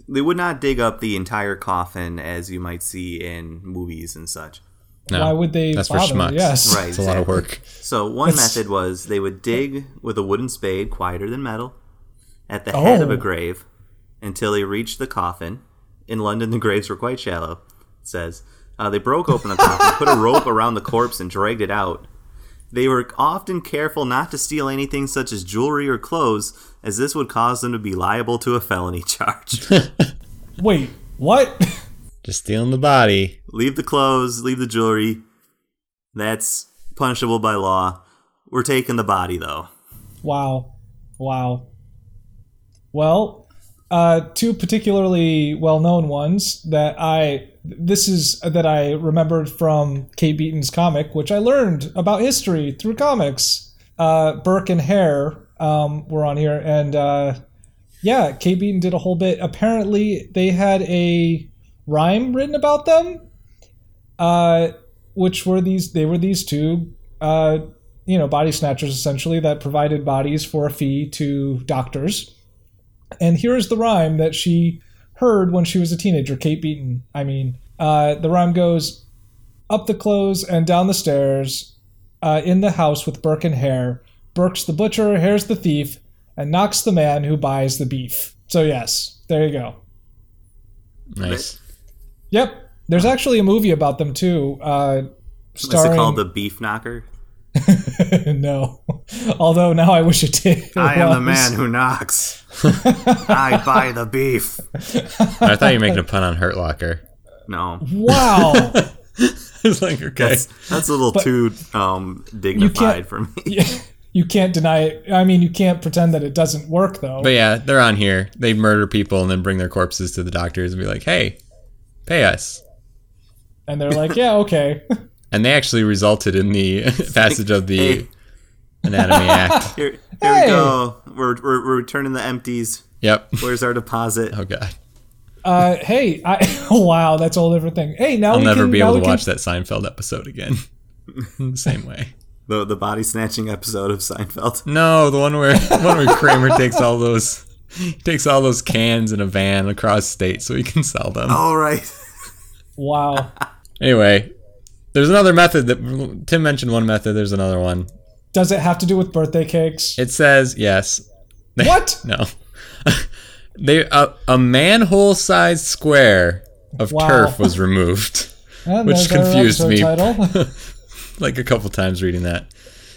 B: they would not dig up the entire coffin as you might see in movies and such.
A: no.
C: Why would they
A: That's for
C: bother?
A: schmucks.
C: Yes,
B: Right.
A: It's a lot of
B: exactly.
A: work.
B: So one
C: That's-
B: method was they would dig with a wooden spade, quieter than metal, at the head of
C: Oh.
B: a grave until they reached the coffin. In London, the graves were quite shallow. It says uh, they broke open the coffin, put a rope around the corpse, and dragged it out. They were often careful not to steal anything such as jewelry or clothes, as this would cause them to be liable to a felony [laughs] charge.
C: Wait, what? [laughs]
A: Just stealing the body.
B: leave the clothes, leave the jewelry. That's punishable by law. We're taking the body though.
C: wow, wow. Well, uh, two particularly well-known ones that I this is that I remembered from Kate Beaton's comic, which I learned about history through comics. Uh, Burke and Hare um, were on here, and uh, yeah, Kate Beaton did a whole bit. Apparently, they had a rhyme written about them, uh, which were these. They were these two, uh, you know, body snatchers essentially that provided bodies for a fee to doctors. And here is the rhyme that she heard when she was a teenager. Kate Beaton, I mean, uh, the rhyme goes up the clothes and down the stairs, uh, in the house with Burke and Hare. Burke's the butcher, Hare's the thief, and Knock's the man who buys the beef. So yes, there you go.
A: Nice.
C: Yep. There's actually a movie about them too. Uh,
B: Is
C: starring
B: it called the beef knocker?
C: [laughs] no. Although now I wish it did.
B: I am the
C: Was-
B: man
A: [laughs]
B: who knocks. I buy the beef.
A: I thought you were making a pun on Hurt
C: [laughs]
A: Locker.
B: No,
C: Wow.
A: I was like, okay.
B: that's, that's a little too um, dignified for me.
C: you [laughs] you can't deny it. I mean, you can't pretend that it doesn't work though.
A: But yeah, they're on here. They murder people and then bring their corpses to the doctors and be like, "Hey, pay us."
C: and they're like, yeah, okay. [laughs]
A: And they actually resulted in the [laughs] passage of the
B: Hey.
C: [laughs]
A: Anatomy Act.
B: Here, here
C: Hey.
B: we go. We're, we're, we're returning the empties.
A: Yep.
B: Where's our deposit?
A: Oh god,
C: Uh, hey, I, [laughs] wow, that's a whole different thing. Hey, now
A: I'll
C: we
A: never
C: can,
A: be
C: now
A: able to
C: we can-
A: watch that Seinfeld episode
C: [laughs]
A: again. In the same way.
B: The, the body snatching episode of Seinfeld. [laughs]
A: No, the one where [laughs] the one where Kramer takes all those [laughs] takes all those cans in a van across state so he can sell them.
B: All right.
C: Wow.
A: Anyway, there's another method that Tim mentioned one method, there's another one.
C: Does it have to do with birthday cakes?
A: It says yes.
C: [laughs] What?
A: No. they a, a manhole sized square of
C: Wow.
A: turf was removed. [laughs]
C: And
A: [laughs] Which
C: there's our
A: confused
C: episode
A: me.
C: Title.
A: [laughs] like a couple times reading that.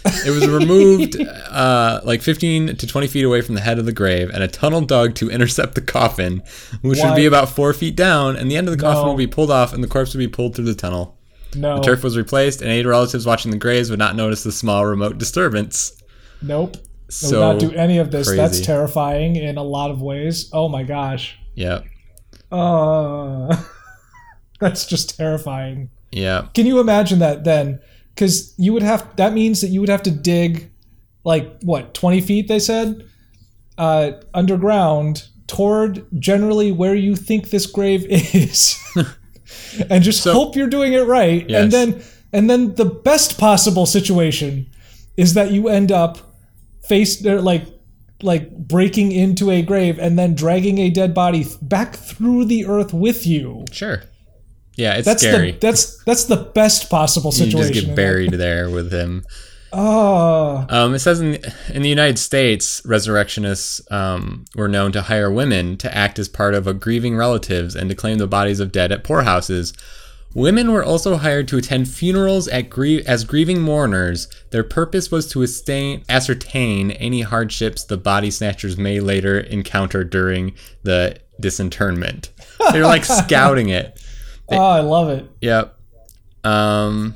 A: It was
C: [laughs]
A: removed uh, like 15 to 20 feet away from the head of the grave, and a tunnel dug to intercept the coffin, which would be
C: Why?
A: about four feet down, and the end of the coffin
C: No.
A: would be pulled off, and the corpse would be pulled through the tunnel.
C: No.
A: Turf was replaced, and eight relatives watching the graves would not notice the small remote disturbance.
C: Nope. They
A: So,
C: would not do any of this. That's
A: crazy.
C: terrifying in a lot of ways. Oh my gosh.
A: yeah,
C: Uh, [laughs] that's just terrifying.
A: yeah,
C: Can you imagine that then? Because you would have that means that you would have to dig, like what twenty feet? They said, uh, underground toward generally where you think this grave [laughs] is, and just hope you're doing it right.
A: Yes.
C: And then, and then the best possible situation is that you end up face or like like breaking into a grave and then dragging a dead body th- back through the earth with you.
A: sure. Yeah, it's
C: That's
A: scary.
C: the that's that's the best possible
A: you
C: situation.
A: just
C: in
A: get
C: that.
A: buried there with him.
C: Oh,
A: Um, it says in in the United States, resurrectionists um, were known to hire women to act as part of a grieving relatives and to claim the bodies of dead at poorhouses. Women were also hired to attend funerals at grie- as grieving mourners. Their purpose was to astain- ascertain any hardships the body snatchers may later encounter during the disinterment. They're
C: [laughs]
A: like scouting it.
C: oh, I love it.
A: Yep. Um,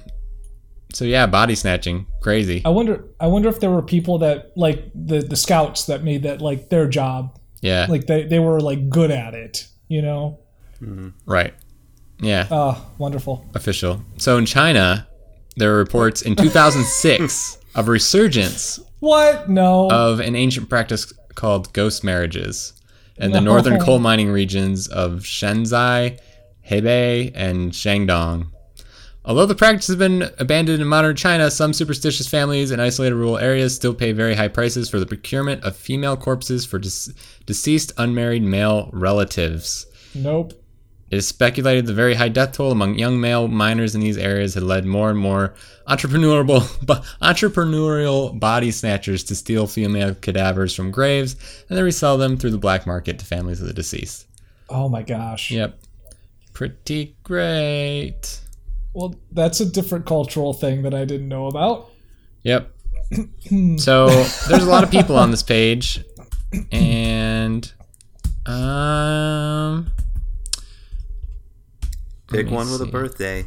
A: so yeah, body snatching, crazy.
C: I wonder. I wonder if there were people that like the the scouts that made that like their job.
A: Yeah.
C: Like they they were like good at it. You know.
A: right. Yeah.
C: Oh, wonderful.
A: official. So in China, there were reports in 2006 of a resurgence
C: What? No.
A: of an ancient practice called ghost marriages in the northern
C: No.
A: coal mining regions of Shenzai, Hebei, and Shandong. Although the practice has been abandoned in modern China, some superstitious families in isolated rural areas still pay very high prices for the procurement of female corpses for des- deceased unmarried male relatives.
C: nope.
A: It is speculated the very high death toll among young male miners in these areas had led more and more entrepreneurial, [laughs] entrepreneurial body snatchers to steal female cadavers from graves and then resell them through the black market to families of the deceased.
C: Oh my gosh.
A: Yep. Pretty great.
C: Well, that's a different cultural thing that I didn't know about.
A: Yep. so there's a lot of people on this page, and um,
B: Pick
A: me
B: one with a
A: see.
B: birthday.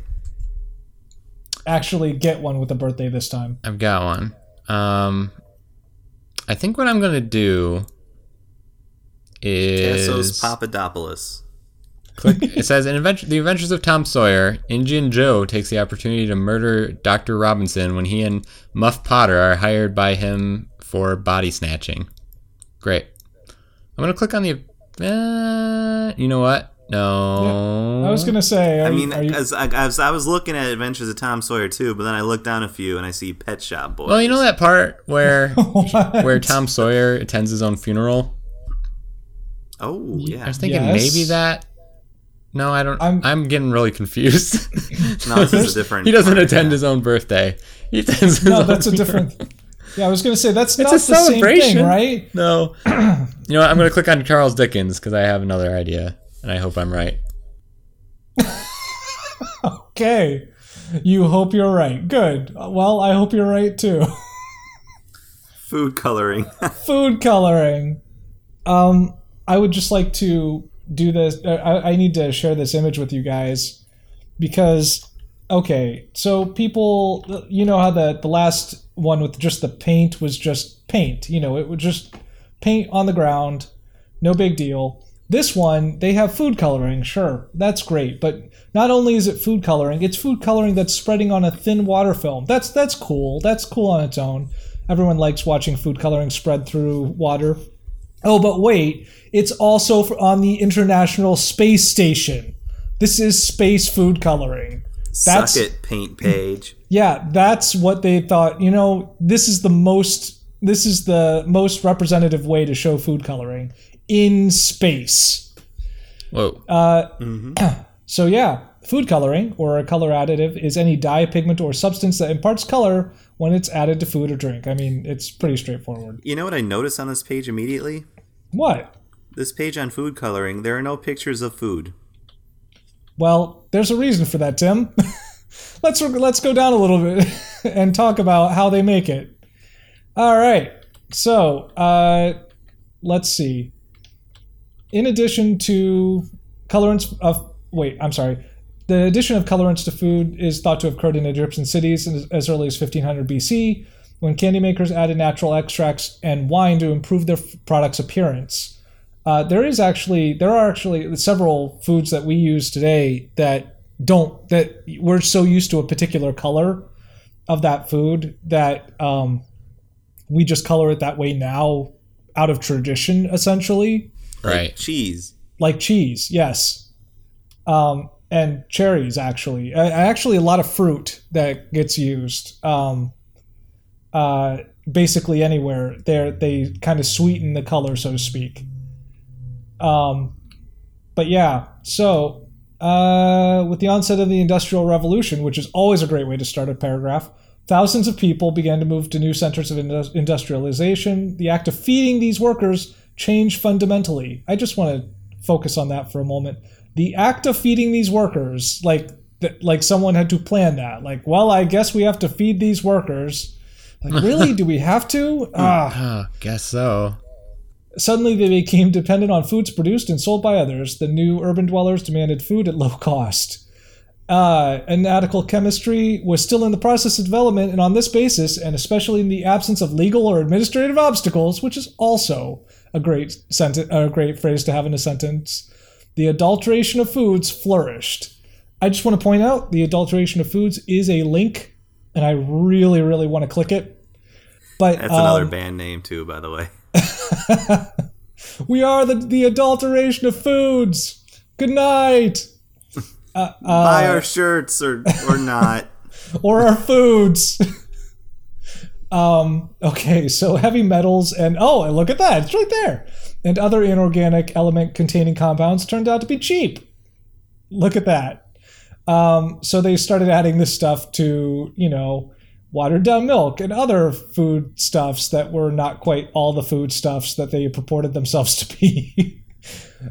C: Actually, get one with a birthday this time.
A: I've got one. Um, I think what I'm gonna do
B: Tassos
A: is
B: Papadopoulos.
A: click. [laughs] It says in Adventure, the Adventures of Tom Sawyer, Indian Joe takes the opportunity to murder Doctor Robinson when he and Muff Potter are hired by him for body snatching. Great. I'm gonna click on the. Uh, you know what? No.
C: I was gonna say. Are
B: I
C: you-
B: mean,
C: are you,
B: as I, I, was, I was looking at Adventures of Tom Sawyer too, but then I looked down a few and I see Pet Shop Boys.
A: Well, you know that part where
C: [laughs] What?
A: where Tom Sawyer attends his own funeral.
B: oh
A: I
B: yeah,
A: was thinking
C: Yes.
A: maybe that. No, I don't. I'm,
C: I'm-
A: getting really
C: [laughs]
A: confused.
B: no, this is a
A: [laughs]
B: different.
A: he doesn't
B: part,
A: attend
B: yeah.
A: his own birthday. He attends his [laughs]
C: no,
A: own
C: that's a
A: funeral.
C: different. Yeah, I was gonna say that's
A: It's
C: not
A: a
C: the same
A: celebration.
C: thing, right?
A: No. you know what? I'm going to click on Charles Dickens because I have another idea, and I hope I'm right.
C: Okay. You hope you're right. Good. Well, I hope you're right too. [laughs]
B: food coloring.
C: Food coloring. Um, I would just like to do this. uh, I, I need to share this image with you guys because, okay, so people, you know how the the last one with just the paint was just paint. You know, it was just paint on the ground, no big deal. This one, they have food coloring, sure, that's great, but not only is it food coloring, it's food coloring that's spreading on a thin water film. That's that's cool. That's cool on its own. Everyone likes watching food coloring spread through water. Oh, but wait, it's also for- on the International Space Station. This is space food coloring. That's-
B: Suck it, paint page.
C: Yeah, that's what they thought. You know, this is the most this is the most representative way to show food coloring in space.
A: Whoa.
C: Uh, [clears throat] So yeah, food coloring or a color additive is any dye, pigment, or substance that imparts color when it's added to food or drink. I mean, it's pretty straightforward.
B: You know what I noticed on this page immediately?
C: What?
B: This page on food coloring, there are no pictures of food.
C: Well, there's a reason for that, Tim. [laughs] let's let's go down a little bit [laughs] and talk about how they make it. All right. So, uh, let's see. In addition to colorants of wait, I'm sorry. The addition of colorants to food is thought to have occurred in Egyptian cities as- as early as 1500 BC, when candy makers added natural extracts and wine to improve their f- product's appearance. Uh, there is actually there are actually several foods that we use today that don't that we're so used to a particular color of that food that um, we just color it that way now out of tradition essentially
A: Right.
B: Cheese.
C: like cheese yes um, and cherries actually uh, actually a lot of fruit that gets used um, uh, basically anywhere there they kind of sweeten the color so to speak um, but yeah so uh, with the onset of the industrial revolution which is always a great way to start a paragraph thousands of people began to move to new centers of indus- industrialization the act of feeding these workers changed fundamentally i just want to focus on that for a moment. The act of feeding these workers, like th- like someone had to plan that. Like, well, I guess we have to feed these workers. Like, really? do we have to? Ah,
A: Oh, guess so.
C: Suddenly, they became dependent on foods produced and sold by others. The new urban dwellers demanded food at low cost. Uh, inadequate chemistry was still in the process of development, and on this basis, and especially in the absence of legal or administrative obstacles, which is also a great sentence, a great phrase to have in a sentence, the adulteration of foods flourished. I just want to point out the adulteration of foods is a link, and I really, really want to click it. But
B: That's another
C: um,
B: band name too, by the way.
C: We are the, the adulteration of foods. Good night. uh,
B: Buy our shirts or or not. [laughs]
C: Or our foods. [laughs] um, okay, so heavy metals and oh, and look at that. It's right there. And other inorganic element containing compounds turned out to be cheap. Look at that. Um, so they started adding this stuff to, you know, watered down milk and other food stuffs that were not quite all the food stuffs that they purported themselves to be. [laughs]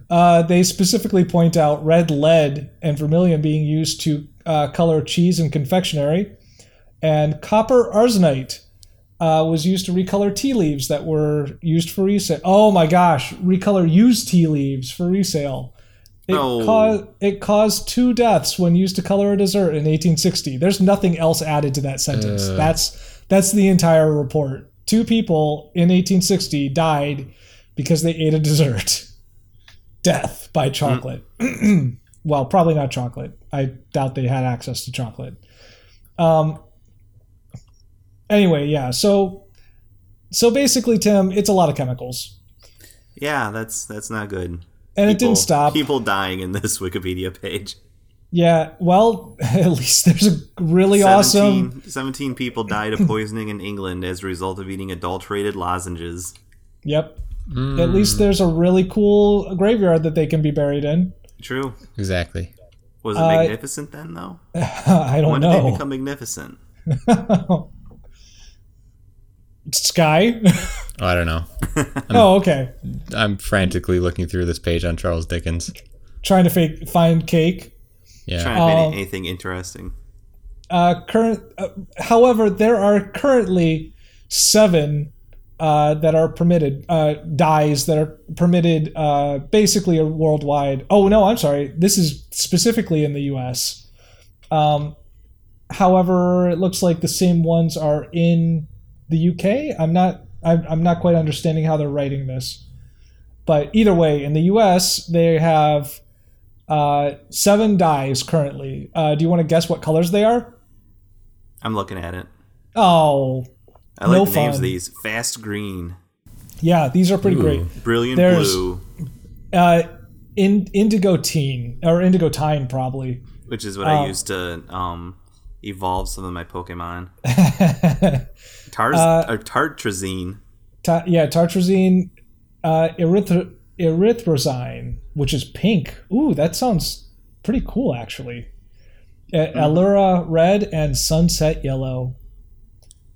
C: Uh, they specifically point out red lead and vermilion being used to uh, color cheese and confectionery, and copper arsenite uh, was used to recolor tea leaves that were used for resale. Oh my gosh, recolor used tea leaves for resale. It,
B: No.
C: cau- it caused two deaths when used to color a dessert in 1860. There's nothing else added to that sentence. That's that's the entire report. Two people in 1860 died because they ate a dessert [laughs] death
B: Mm.
C: by chocolate. [clears throat] well, probably not chocolate. I doubt they had access to chocolate. Um, anyway, yeah. So, so basically, Tim, it's a lot of chemicals,
B: Yeah, that's that's not good.
C: and
B: People-
C: it didn't stop.
B: People dying in this [laughs] Wikipedia page.
C: yeah. Well, [laughs] at least there's a really awesome.
B: 17 people died of poisoning in England as a result of eating adulterated lozenges.
C: Yep.
A: Mm,
C: At
B: Hmm.
C: least there's a really cool graveyard that they can be buried in. [laughs]
B: True.
A: Exactly.
B: Was it
C: Uh,
B: magnificent then, though?
C: I don't
B: When did they
C: know.
B: become magnificent?
C: [laughs] Sky. [laughs]
A: Oh, I don't know.
C: oh, okay.
A: I'm frantically looking through this page on Charles Dickens.
C: Trying to fake, find cake.
A: Yeah.
B: Trying to find
C: Um,
B: anything interesting.
C: Uh, current, uh, however, there are currently seven uh, that are permitted uh, dyes that are permitted uh, basically worldwide. Oh no, I'm sorry. This is specifically in the U.S. Um, however, it looks like the same ones are in the UK. I'm not I'm, I'm not quite understanding how they're writing this, but either way, in the US they have uh, seven dies currently. Uh, do you want to guess what colors they are?
B: I'm looking at it.
C: Oh,
B: I like
C: No
B: the names of
C: fun.
B: these. Fast green,
C: yeah, these are pretty
A: Ooh.
C: great.
B: brilliant
C: There's-
B: blue,
C: Uh, in Indigo Teen or Indigo Tine probably. [laughs]
B: which is what
C: uh,
B: I used to um, evolve some of my
C: [laughs]
B: Pokemon. Tarz
C: uh,
B: or Tartrazine.
C: Ta- yeah, tartrazine, uh, erythro- erythrozine, which is pink. Ooh, that sounds pretty cool, actually. Uh, Allura red and sunset yellow.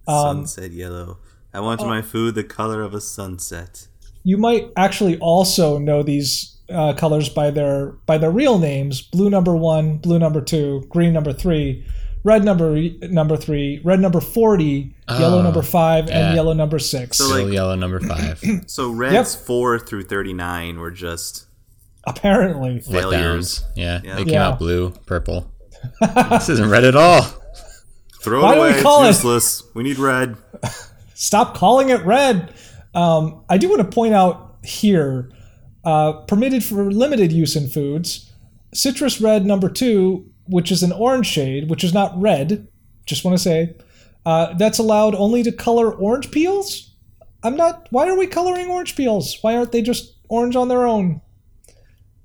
C: Um, uh,
B: sunset yellow. I want my food the color of a sunset.
C: you might actually also know these uh, colors by their by their real names: blue number one, blue number two, green number three, red number number three, red number forty, yellow
A: Ah,
C: number five,
A: yeah.
C: and yellow number six.
B: So,
A: Still
B: like-
A: yellow number
B: [clears throat]
A: five.
B: So reds four through thirty nine were just
C: Apparently,
A: Let
B: failures.
A: downs. Yeah.
B: Yeah.
A: They came
C: Yeah.
A: out blue,
C: [laughs]
A: purple. this isn't red at all.
B: Throw
C: Why
B: it
C: do we
B: away.
C: call it-
B: It's useless. We need red.
C: stop calling it red. Um, I do want to point out here, uh, permitted for limited use in foods, citrus red number two, which is an orange shade, which is not red. Just want to say, uh, that's allowed only to color orange peels. I'm not. Why are we coloring orange peels? Why aren't they just orange on their own?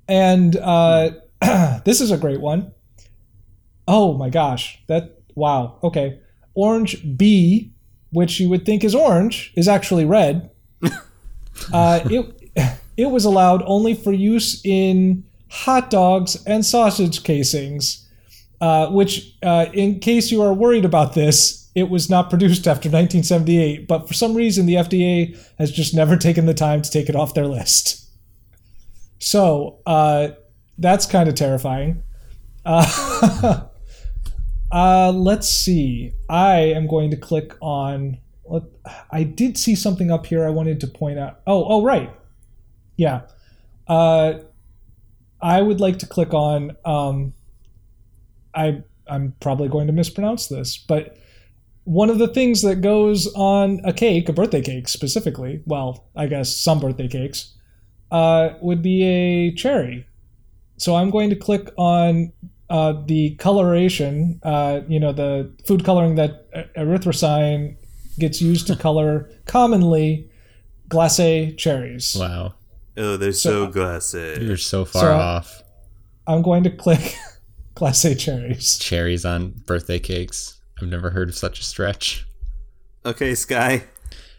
C: And uh, [clears throat] this is a great one. Oh my gosh, that wow. Okay, orange B which you would think is orange, is actually red. uh, it it was allowed only for use in hot dogs and sausage casings, uh, which, uh, in case you are worried about this, it was not produced after 1978. But for some reason, the FDA has just never taken the time to take it off their list. So uh, that's kind of terrifying. Uh, [laughs] Uh, let's see. I am going to click on. Let, I did see something up here I wanted to point out. Oh, oh, right. Yeah. Uh, I would like to click on. Um, I I'm probably going to mispronounce this, but one of the things that goes on a cake, a birthday cake specifically, well, I guess some birthday cakes, uh, would be a cherry. So I'm going to click on uh, the coloration, uh, you know, the food coloring that e- erythrocyan gets used to color commonly glacé cherries.
A: Wow.
B: Oh, they're so,
C: So- uh,
B: glassy.
A: [laughs] You're so far
C: So-
A: off.
C: I'm going to click [laughs] glacé cherries.
A: Cherries on birthday cakes. I've never heard of such a stretch.
B: Okay, Sky,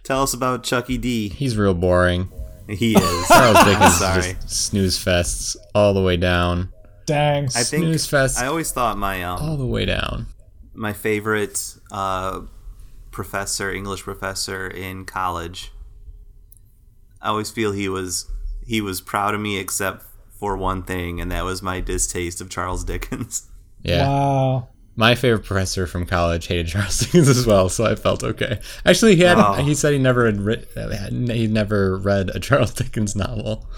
B: tell us about Chucky D.
A: He's real boring. [laughs]
B: He is.
A: Charles Dickens
B: Sorry.
A: is just snooze fests all the way down.
C: Dang.
B: I think
A: Snooze fest. Oh,
B: I always thought my um,
A: All the way down.
B: my favorite uh, professor, English professor in college. I always feel he was he was proud of me, except for one thing, and that was my distaste of Charles Dickens. [laughs]
A: Yeah.
C: Wow.
A: My favorite professor from college hated Charles [laughs] Dickens as well, so I felt okay. Actually, he had
B: Wow.
A: he said he never had writ- he never read a [laughs] Charles Dickens novel.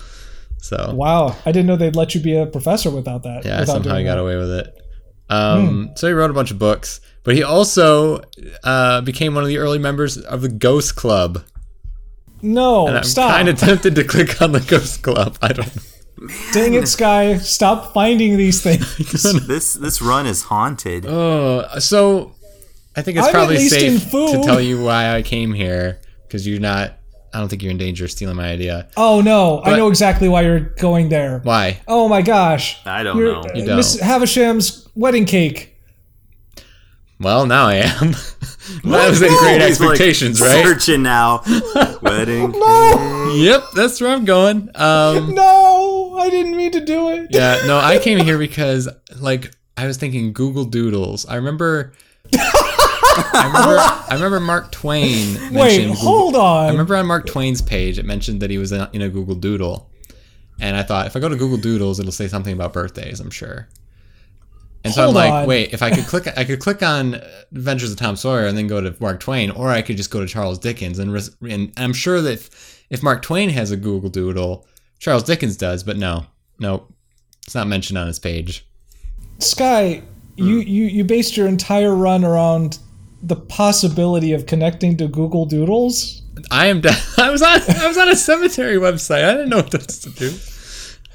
A: So
C: Wow. I didn't know they'd let you be a professor without that.
A: Yeah,
C: without
A: somehow
C: doing
A: he got
C: that. Hmm.
A: away with it. Um, So he wrote a bunch of books, but he also uh, became one of the early members of the Ghost Club. And
C: No,
A: I'm
C: stop.
A: kind of tempted to click on the Ghost Club. I don't.
C: Dang it, Sky. Stop finding
A: [laughs]
C: these things.
B: this this run is haunted.
C: Oh,
A: Uh, so I think it's
C: I'm at
A: probably
C: least in
A: safe to
C: food.
A: tell you why I came here because you're not. I don't think you're in danger of stealing my idea.
C: Oh, no.
A: But-
C: I know exactly why you're going there.
A: Why?
C: Oh, my gosh.
B: I don't
C: You're-
B: know. [laughs]
A: You don't.
C: Miss Havisham's wedding cake.
A: Well, now I am. [laughs] that was in
B: Oh,
A: great
B: he's, like,
A: expectations, right?
B: Searching
C: [laughs]
B: now. Wedding.
A: Yep, that's where I'm going. Um,
C: No, I didn't mean to do it.
A: Yeah, no, I came here because like I was thinking Google Doodles. I remember I remember I remember Mark Twain mentioned
C: Wait,
A: Google-
C: hold
A: I
C: on.
A: remember on Mark Twain's page it mentioned that he was in a- in a Google Doodle. And I thought if I go to Google Doodles it'll say something about birthdays, I'm sure. And so
C: Hold
A: I'm like,
C: on.
A: wait, if I
C: [laughs]
A: could click I could click on uh, Adventures of Tom Sawyer and then go to Mark Twain or I could just go to Charles Dickens and ris- and I'm sure that if, if Mark Twain has a Google Doodle, Charles Dickens does, but no. Nope. It's not mentioned on his page. Mm.
C: Sky, you, you, you based your entire run around the possibility of connecting to Google Doodles.
A: I am. Down, [laughs] I was on. I was on a cemetery website. I didn't know what else to do.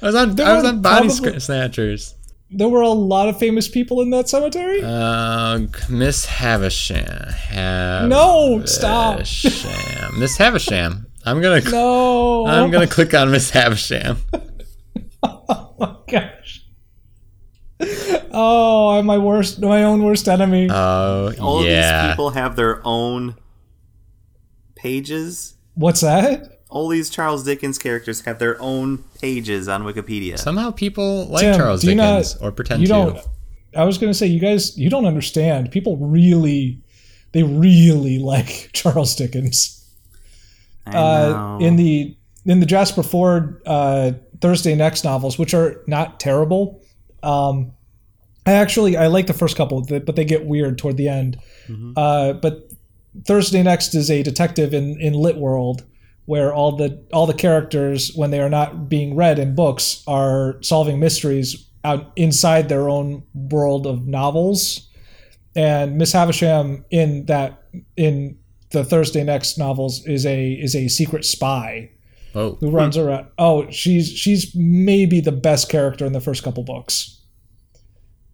A: I was on.
C: There
A: I was
C: were
A: on body
C: probably-
A: scra- snatchers.
C: There were a lot of famous people in that cemetery.
A: Uh, Miss Havisham. Hav-
C: No, stop.
A: Havisham. [laughs] Miss Havisham. I'm gonna.
C: no.
A: I'm gonna click on Miss Havisham.
C: Oh my gosh. Oh, I'm my worst, my own worst enemy.
A: Oh
B: All of these
A: yeah.
B: people have their own pages.
C: What's that?
B: All these Charles Dickens characters have their own pages on Wikipedia.
A: Somehow people like
C: Tim,
A: Charles
C: do you not-
A: Dickens or pretend
C: You
A: to.
C: don't. I was gonna say, you guys, you don't understand. People really, they really like [laughs] Charles Dickens.
B: I
C: uh,
B: know.
C: in the in the Jasper Ford uh, Thursday Next novels, which are not terrible. Um, I actually I like the first couple, th- but they get weird toward the end.
B: Mm-hmm.
C: Uh, but Thursday Next is a detective in in lit world where all the all the characters when they are not being read in books are solving mysteries out inside their own world of novels. And Miss Havisham in that in the Thursday Next novels is a is a secret spy
A: Oh,
C: who runs around. Oh, she's she's maybe the best character in the first couple books.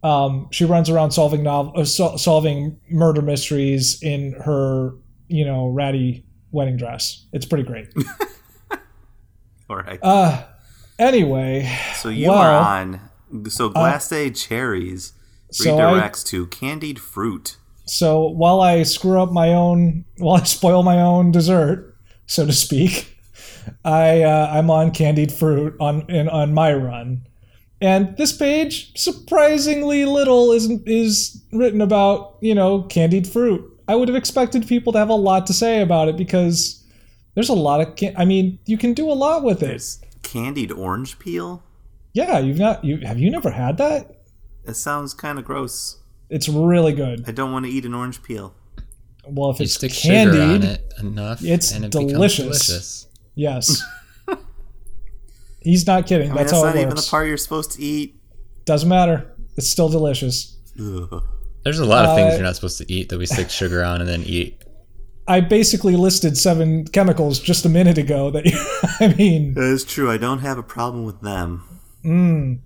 C: Um, she runs around solving novel uh, sol- solving murder mysteries in her you know ratty wedding dress. It's pretty great.
B: All right.
C: Uh, anyway,
B: so you
C: wow.
B: are on. So glacé cherries
C: uh, so I-
B: redirects to candied fruit.
C: so while I screw up my own, [laughs] while I spoil my own dessert, so to speak, I uh, I'm on candied fruit on in, on my run, and this page surprisingly little is is written about you know candied fruit. I would have expected people to have a lot to say about it because there's a lot of can- I mean you can do a lot with it.
B: There's candied orange peel.
C: Yeah, you've not you have you never had that?
B: That sounds kind of gross.
C: It's really good.
B: I don't want to eat an orange peel.
C: Well, if
A: you
C: it's
A: stick
C: candied,
A: sugar on it enough,
C: it's
A: and it Becomes
C: delicious.
A: delicious.
B: [laughs]
C: Yes. He's not kidding.
B: I mean,
C: that's,
B: that's,
C: how
B: not
C: it
B: even the
C: works.
B: part you're supposed to eat.
C: Doesn't matter. It's still delicious.
B: Ugh.
A: There's a lot of things
C: Uh,
A: you're not supposed to eat that we stick sugar on and then eat.
C: I basically listed seven chemicals just a minute ago that [laughs] I mean,
B: That is true. I don't have a problem with them.
C: mm,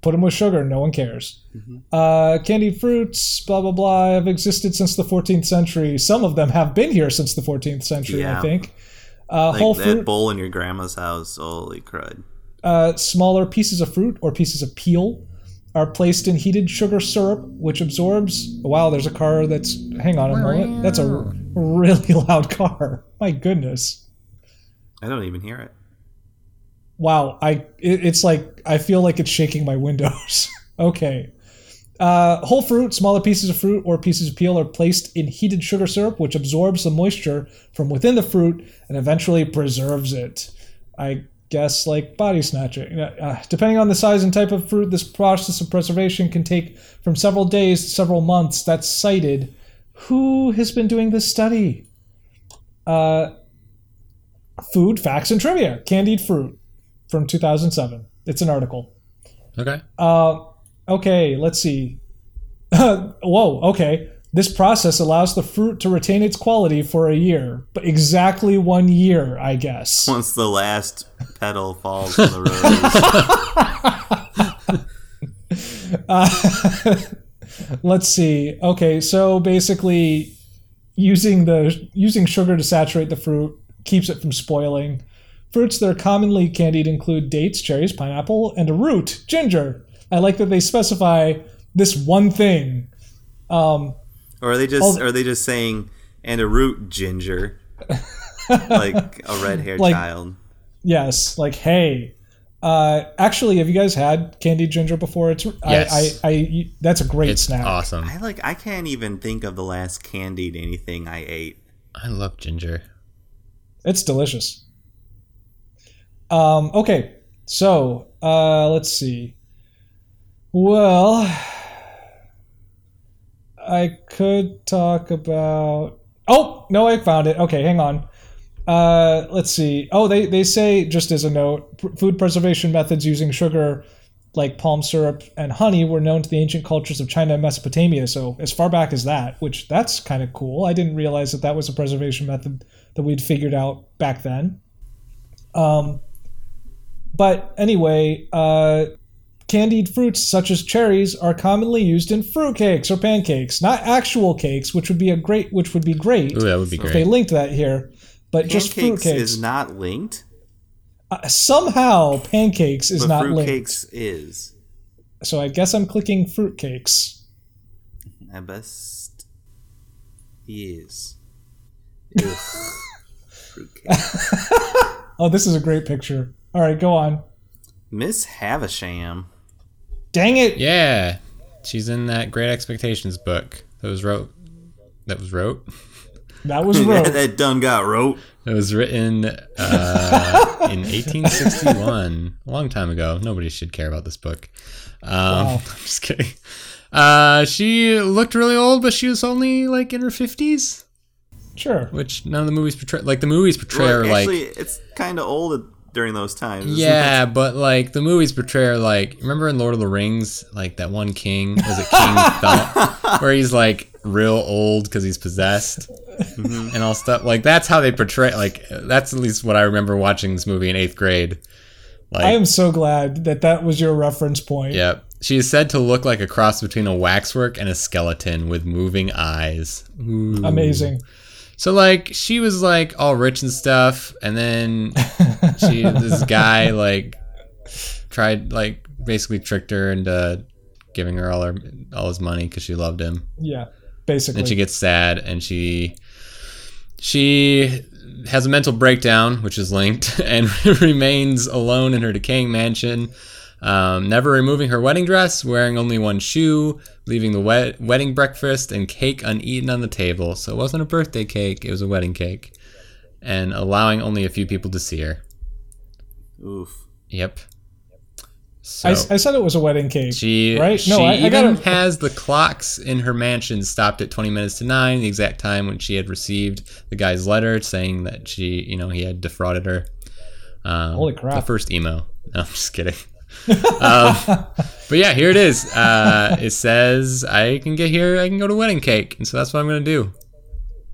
C: put them with sugar, no one cares.
B: Mm-hmm.
C: Uh, candied fruits, blah blah blah, have existed since the 14th century. Some of them have been here since the 14th century, I
B: Yeah.
C: think. Uh,
B: Like
C: whole
B: that
C: fruit,
B: bowl in your grandma's house. Holy crud.
C: uh, smaller pieces of fruit or pieces of peel are placed in heated sugar syrup, which absorbs. Wow, there's a car that's. Hang on a moment. That's a r- really [laughs] loud car. My goodness.
B: I don't even hear it.
C: Wow, I it, it's like I feel like it's shaking my windows. [laughs] okay. Uh, whole fruit, smaller pieces of fruit, or pieces of peel are placed in heated sugar syrup, which absorbs the moisture from within the fruit and eventually preserves it. I guess like body snatching. Uh, uh, depending on the size and type of fruit, this process of preservation can take from several days to several months. That's cited. Who has been doing this study? Uh, food, facts, and trivia. Candied fruit from 2007. It's an article.
A: Okay.
C: Uh, okay, let's see. [laughs] Whoa, okay. This process allows the fruit to retain its quality for a year, but exactly one year, I guess.
B: Once the last petal falls to the
C: [laughs]
B: rose.
C: Uh, [laughs] Let's see. Okay, so basically, using the using sugar to saturate the fruit keeps it from spoiling. Fruits that are commonly candied include dates, cherries, pineapple, and a root, ginger. I like that they specify this one thing. Um,
B: or are they just are they just saying and a root
C: [laughs]
B: ginger? like a red haired
C: Like-
B: child.
C: Yes, like hey. Uh, actually, have you guys had candied ginger before? It's
A: Yes.
C: I, I, I that's a great
A: It's
C: snack.
A: awesome.
B: I like I can't even think of the last candied anything I ate.
A: I love ginger.
C: It's delicious. Um, okay, so uh, let's see. Well, I could talk about. Oh no, I found it. Okay, hang on. Uh, let's see. Oh, they they say just as a note, pr- food preservation methods using sugar like palm syrup and honey were known to the ancient cultures of China and Mesopotamia, so as far back as that, which that's kind of cool. I didn't realize that that was a preservation method that we'd figured out back then. Um, but anyway, uh, candied fruits such as cherries are commonly used in fruitcakes or pancakes, not actual cakes, which would be a great, which would be great
A: Ooh, that would be
C: if they
A: great.
C: linked that here. But just
B: Pancakes
C: fruitcakes
B: is not linked,
C: uh, somehow pancakes is
B: but
C: not linked.
B: fruitcakes is.
C: So I guess I'm clicking fruitcakes.
B: I best is.
C: [laughs]
B: Fruitcake.
C: Oh, this is a great picture. All right, go on.
B: Miss Havisham.
C: Dang it.
A: Yeah, she's in that Great Expectations book that was wrote. That was wrote. [laughs]
C: That was rogue.
B: that done got wrote.
A: It was written uh, in 1861, a long time ago. Nobody should care about this book. Um,
C: Wow.
A: [laughs] I'm just kidding. Uh, she looked really old, but she was only like in her 50s,
C: Sure.
A: which none of the movies portray. Like the movies portray her
B: Look,
A: like
B: actually, it's kind of old during those times. isn't
A: Yeah, but like the movies portray her like remember in Lord of the Rings, like that one king was it King Thel, where he's like real old because he's possessed and all stuff. Like that's how they portray. Like that's at least what I remember watching this movie in eighth grade. Like,
C: I am so glad that that was your reference point.
A: yep, she is said to look like a cross between a waxwork and a skeleton with moving eyes. Ooh. [laughs]
C: Amazing.
A: So like she was like all rich and stuff, and then she this guy like tried like basically tricked her into giving her all her all his money because she loved him.
C: [laughs] Yeah.
A: And she
C: Basically.
A: gets sad and she she has a mental breakdown, which is linked, [laughs] and remains alone in her decaying mansion. Um, never removing her wedding dress, wearing only one shoe, leaving the wed- wedding breakfast and cake uneaten on the table. So it wasn't a birthday cake, it was a wedding cake. And allowing only a few people to see her.
B: It? Oof.
A: Yep. So
C: I, I said it was a wedding cake.
A: she
C: right?
A: she
C: No, I- I
A: even
C: gotta-
A: has the clocks in her mansion stopped at 20 minutes to 9, the exact time when she had received the guy's letter saying that she, you know, he had defrauded her. Um,
C: Holy crap.
A: The first emo. No, I'm just
C: [laughs]
A: kidding. um, but yeah, here it is. Uh, it says I can get here. I can go to wedding cake, and so that's what I'm gonna do.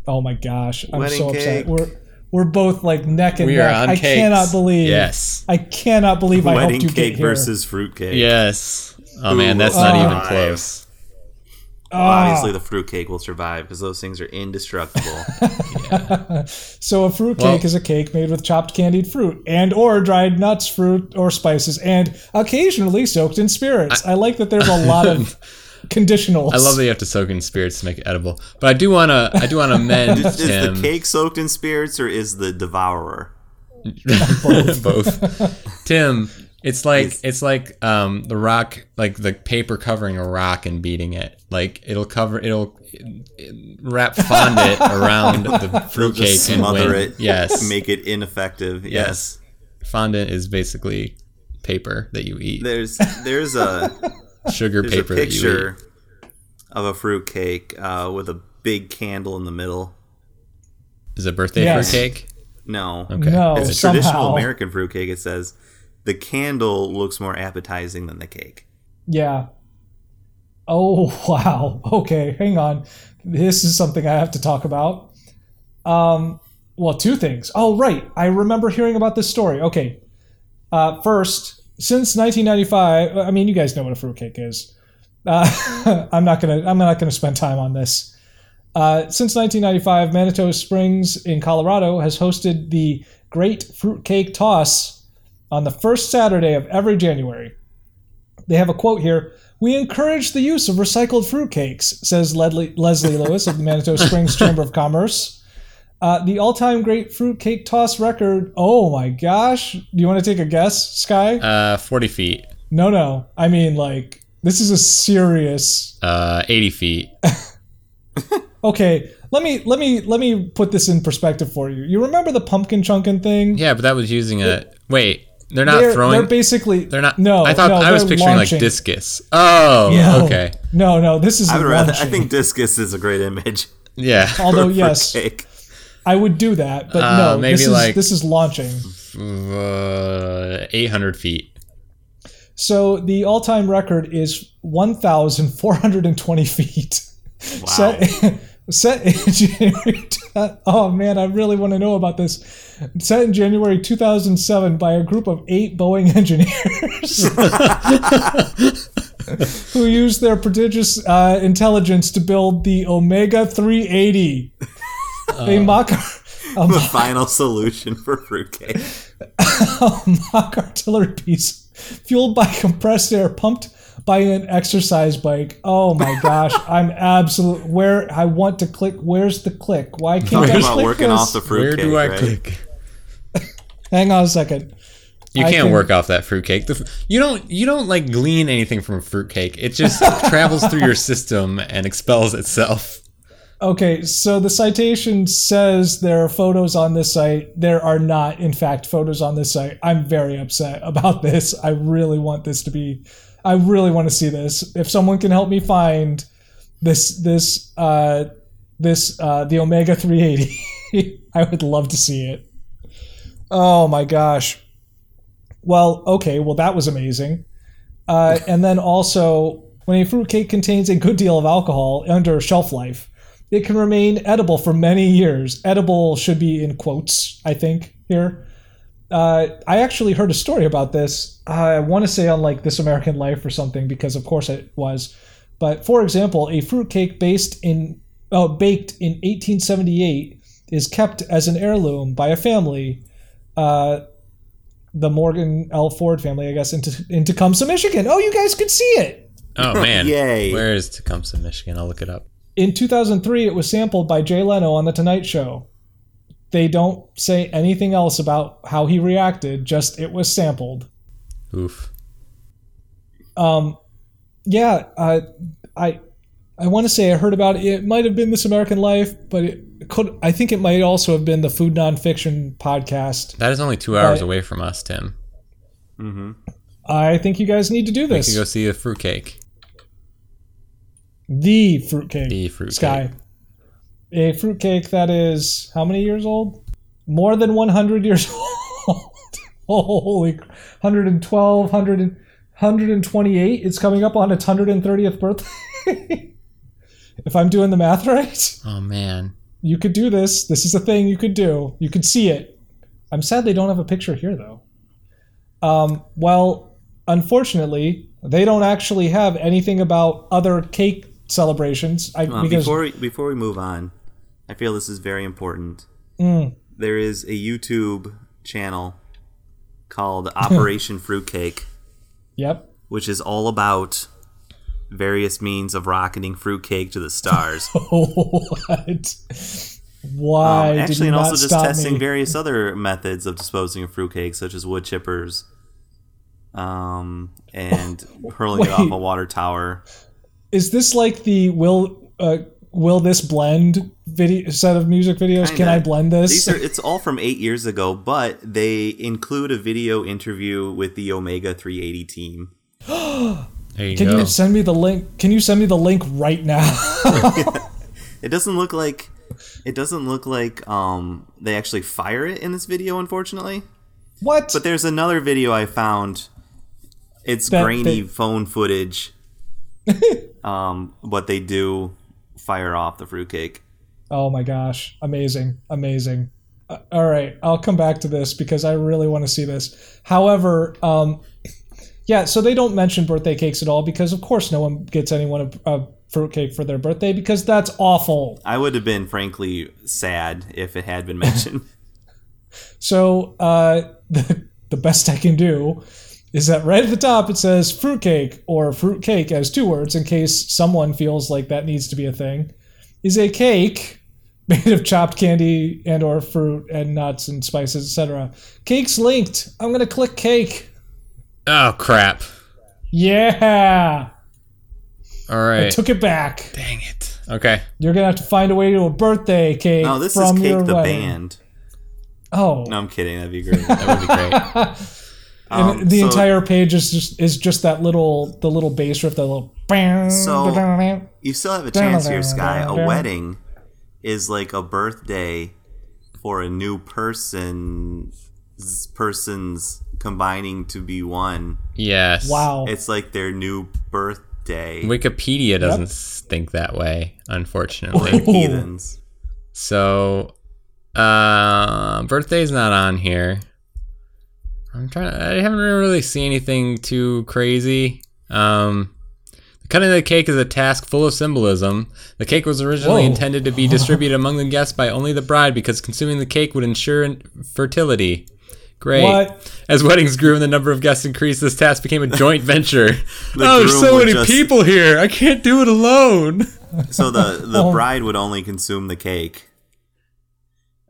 C: oh my gosh. I'm
B: Wedding
C: so
B: cake.
C: upset. We're we're both like neck and
A: We are
C: neck.
A: on
C: I
A: cakes.
C: cannot believe
A: Yes,
C: I cannot believe I
B: Wedding
C: helped you
B: cake
C: get here.
B: versus fruitcake.
A: yes. Oh man,
B: Ooh,
A: that's not
C: oh.
A: even close.
B: Obviously,
C: Ah,
B: the fruitcake will survive because those things are
C: [laughs]
B: indestructible.
C: so a fruit cake
A: Well-
C: is a cake made with chopped candied fruit and or dried nuts, fruit or spices, and occasionally soaked in spirits. I, like that. There's a lot of conditionals.
A: I love that you have to soak in spirits to make it edible. But I do wanna, I do
B: [laughs]
A: wanna amend
B: is
A: Tim.
B: the cake soaked in spirits or is the devourer?
A: [laughs] both. Tim, it's like it's, like um the rock, like the paper covering a rock and beating it. Like it'll cover, it'll wrap
B: [laughs]
A: fondant around the fruitcake
B: Just
A: and
B: smother
A: win.
B: it. [laughs]
A: Yes,
B: Make it ineffective. Yes.
A: yes. Fondant is basically paper that you eat,
B: There's there's a
A: [laughs] sugar
B: there's a
A: paper that you eat.
B: picture of a fruitcake uh, with a big candle in the middle.
A: Is it birthday
C: Yes.
A: fruitcake?
B: No.
A: Okay.
C: No,
A: It's
B: It's a
A: just-
B: traditional
C: somehow.
B: American fruitcake. It says the candle looks more appetizing than the cake.
C: Yeah. Oh, [laughs] wow. Okay, hang on. This is something I have to talk about. Um, well, two things. Oh, right. I remember hearing about this story. Okay. Uh, first, since 1995, I mean, you guys know what a fruitcake is. Uh, [laughs] I'm not gonna. I'm not gonna spend time on this. Uh, since 1995, Manitou Springs in Colorado has hosted the Great Fruitcake Toss on the first Saturday of every January. They have a quote here. We encourage the use of recycled fruitcakes, says Ledley, Leslie Lewis of the
A: [laughs]
C: Manitou Springs Chamber of Commerce. Uh, the all-time great fruitcake toss record. Oh my gosh! Do you want to take a guess, Sky?
A: Uh, forty feet,
C: No, no. I mean, like this is a serious
A: uh, eighty feet.
C: okay let me let me let me put this in perspective for you you remember the pumpkin chunkin thing
A: Yeah, but that was using a wait. They're not
C: they're,
A: throwing.
C: they're basically
A: They're not.
C: no
A: I thought
C: no,
A: I was
C: they're
A: picturing
C: launching.
A: like
C: [laughs]
A: discus. Oh,
C: No,
A: okay.
C: no no this is
B: I would rather. I
C: launching.
B: think discus is a
A: [laughs]
B: great image.
A: Yeah.
C: although
B: for
C: yes
B: cake.
C: i would do that but
A: Uh,
C: no
A: maybe
C: this is
A: like-
C: this is launching
A: Uh, 800 feet.
C: So the all-time record is 1,420 [laughs] feet.
B: Wow.
C: Set, [laughs] set in January. [laughs] t- Oh man, I really want to know about this. Set in January 2007 by a group of eight
A: [laughs]
C: Boeing [laughs] engineers who used their prodigious uh, intelligence to build the
A: [laughs]
C: Omega 380.
A: Oh.
C: They mock. a
B: the final [laughs] solution for fruitcake.
C: a [laughs] mock artillery piece fueled by compressed air pumped by an exercise bike. Oh my gosh, I'm absolute where I want to click. Where's the click? Why can't
B: Talking
C: I
B: about
C: click
B: working
C: this?
B: off the
A: Where
B: fruitcake.
A: do I
B: right?
A: click?
C: Hang on a second.
A: You
C: I
A: can't
C: can-
A: work off that fruitcake. The, f- you don't. You don't like glean anything from a fruitcake. It
C: [laughs]
A: just travels through your system and expels
B: [laughs]
A: itself.
C: Okay, so the citation says there are photos on this site. There are not, in fact, photos on this site. I'm very upset [laughs] about this. I really want this to be. I really want to see this. If someone can help me find this, this, uh, this, uh, the Omega 380, [laughs] I would love to see it. Oh my gosh. Well, okay, well, that was amazing. Uh, and then also, when a fruitcake contains a good deal of alcohol under shelf life, it can remain edible for many years. Edible should be in quotes, I think, here. Uh, I actually heard a story about this. I want to say on like This American Life or something, because of course it was. But for example, a fruitcake based in uh, baked in 1878 is kept as an heirloom by a family, uh, the Morgan L. Ford family, I guess, in, T- in Tecumseh, Michigan. Oh, you guys could see it.
A: Oh man!
B: Yay.
A: Where is Tecumseh, Michigan? I'll look it up.
C: in 2003 it was sampled by jay leno on the tonight show they don't say anything else about how he reacted just it was sampled
A: Oof.
C: um, yeah uh, i i want to say i heard about it it might have been this american life but it could i think it might also have been the food nonfiction podcast
A: That is only two hours
C: Right.
A: away from us, Tim.
B: Mm-hmm.
C: i think you guys need to do
A: You
C: this
A: can go see the fruitcake.
C: the fruitcake
A: The fruitcake.
C: sky a fruitcake that is how many years old more than 100 years [laughs] old holy cr- 112 100 and- 128 it's coming up on its 130th birthday [laughs] if i'm doing the math right
A: Oh man.
C: you could do this this is a thing you could do you could see it i'm sad they don't have a picture here though um, well unfortunately they don't actually have anything about other cake celebrations I,
B: Uh,
C: because
B: before we, before we move on, I feel this is very important.
C: Mm.
B: There is a YouTube channel
C: [laughs]
B: called Operation Fruitcake,
C: yep
B: which is all about various means of rocketing fruitcake to the
C: [laughs]
B: stars.
C: what?
B: Um,
C: Why did you
B: actually, and
C: not
B: also just
C: stop
B: testing
C: me?
B: various other methods of disposing of fruitcake, such as wood chippers, um, and hurling it off
C: wait.
B: a water tower.
C: Is this like the will uh, will this blend video set of music videos? Can
B: Kinda.
C: I blend this?
B: These are it's all from eight years ago, but they include a video interview with the Omega 380 team.
A: There you
C: Can
A: go.
C: you send me the link? Can you send me the link right now? [laughs]
B: It doesn't look like it doesn't look like um, they actually fire it in this video, unfortunately.
C: what?
B: But there's another video I found. It's
C: That-
B: grainy
C: that-
B: phone
C: [laughs]
B: footage. um, but they do fire off the fruitcake.
C: oh my gosh! Amazing, amazing. Uh, all right, I'll come back to this because I really want to see this. However, um, yeah, so they don't mention birthday cakes at all because, of course, no one gets anyone a, a fruitcake for their birthday because that's awful.
B: I would have been frankly sad if it had been [laughs] mentioned.
C: So uh, [laughs] the, the best I can do is that right at the top it says fruitcake or fruitcake as two words in case someone feels like that needs to be a thing. Is a cake [laughs] made of chopped candy and or fruit and nuts and spices, etc. Cake's linked. I'm gonna click cake.
A: oh crap!
C: Yeah,
A: All
C: I
A: right.
C: took it back.
A: Dang it. Okay.
C: You're gonna have to find a way to a birthday cake
B: No, this is
C: from your
B: Cake the
C: wedding.
B: Band.
C: Oh, [laughs]
B: No, I'm kidding. That'd be great. That would be great.
C: And
B: Um,
C: the
B: so-
C: entire page is just is just that little the little bass riff, that little bang.
B: So-
C: da-da-da-da.
B: You still have a chance here, Sky. A wedding is like a birthday for a new person persons combining to be one.
A: Yes.
C: Wow.
B: It's like their new birthday.
A: Wikipedia doesn't s think that way,
B: Or
C: [laughs]
A: unfortunately.
B: heathens.
A: so, uh, birthday's not on here. I'm trying. I haven't really seen anything too crazy. Um, the cutting of the cake is a task full of symbolism. The cake was originally
C: Whoa.
A: intended to be
C: [laughs]
A: distributed among the guests by only the bride because consuming the cake would ensure in- fertility. Great.
C: What?
A: As weddings grew and the number of guests increased, this task became a
B: [laughs]
A: joint venture. oh, there's
B: groom
A: so
B: would
A: many
B: just-
A: people here. I can't do it alone.
B: So the, the
C: Oh.
B: bride would only consume the cake.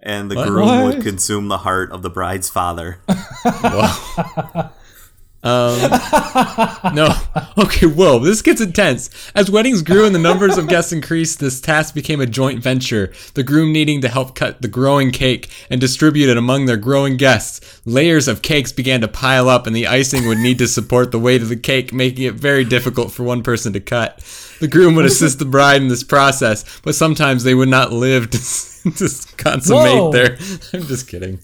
B: And the
A: What?
B: groom would
C: What?
B: consume the heart of the bride's father.
A: Um, no. [laughs] Okay, whoa, this gets intense. As weddings grew and the numbers of guests increased, this task became a joint venture. The groom needing to help cut the growing cake and distribute it among their growing guests. Layers of cakes began to pile up, and the icing would need to support the weight of the cake, making it very difficult for one person to cut. The groom would assist the bride in this process, but sometimes they would not live to, [laughs] to consummate
C: Whoa.
A: their. [laughs] I'm just kidding.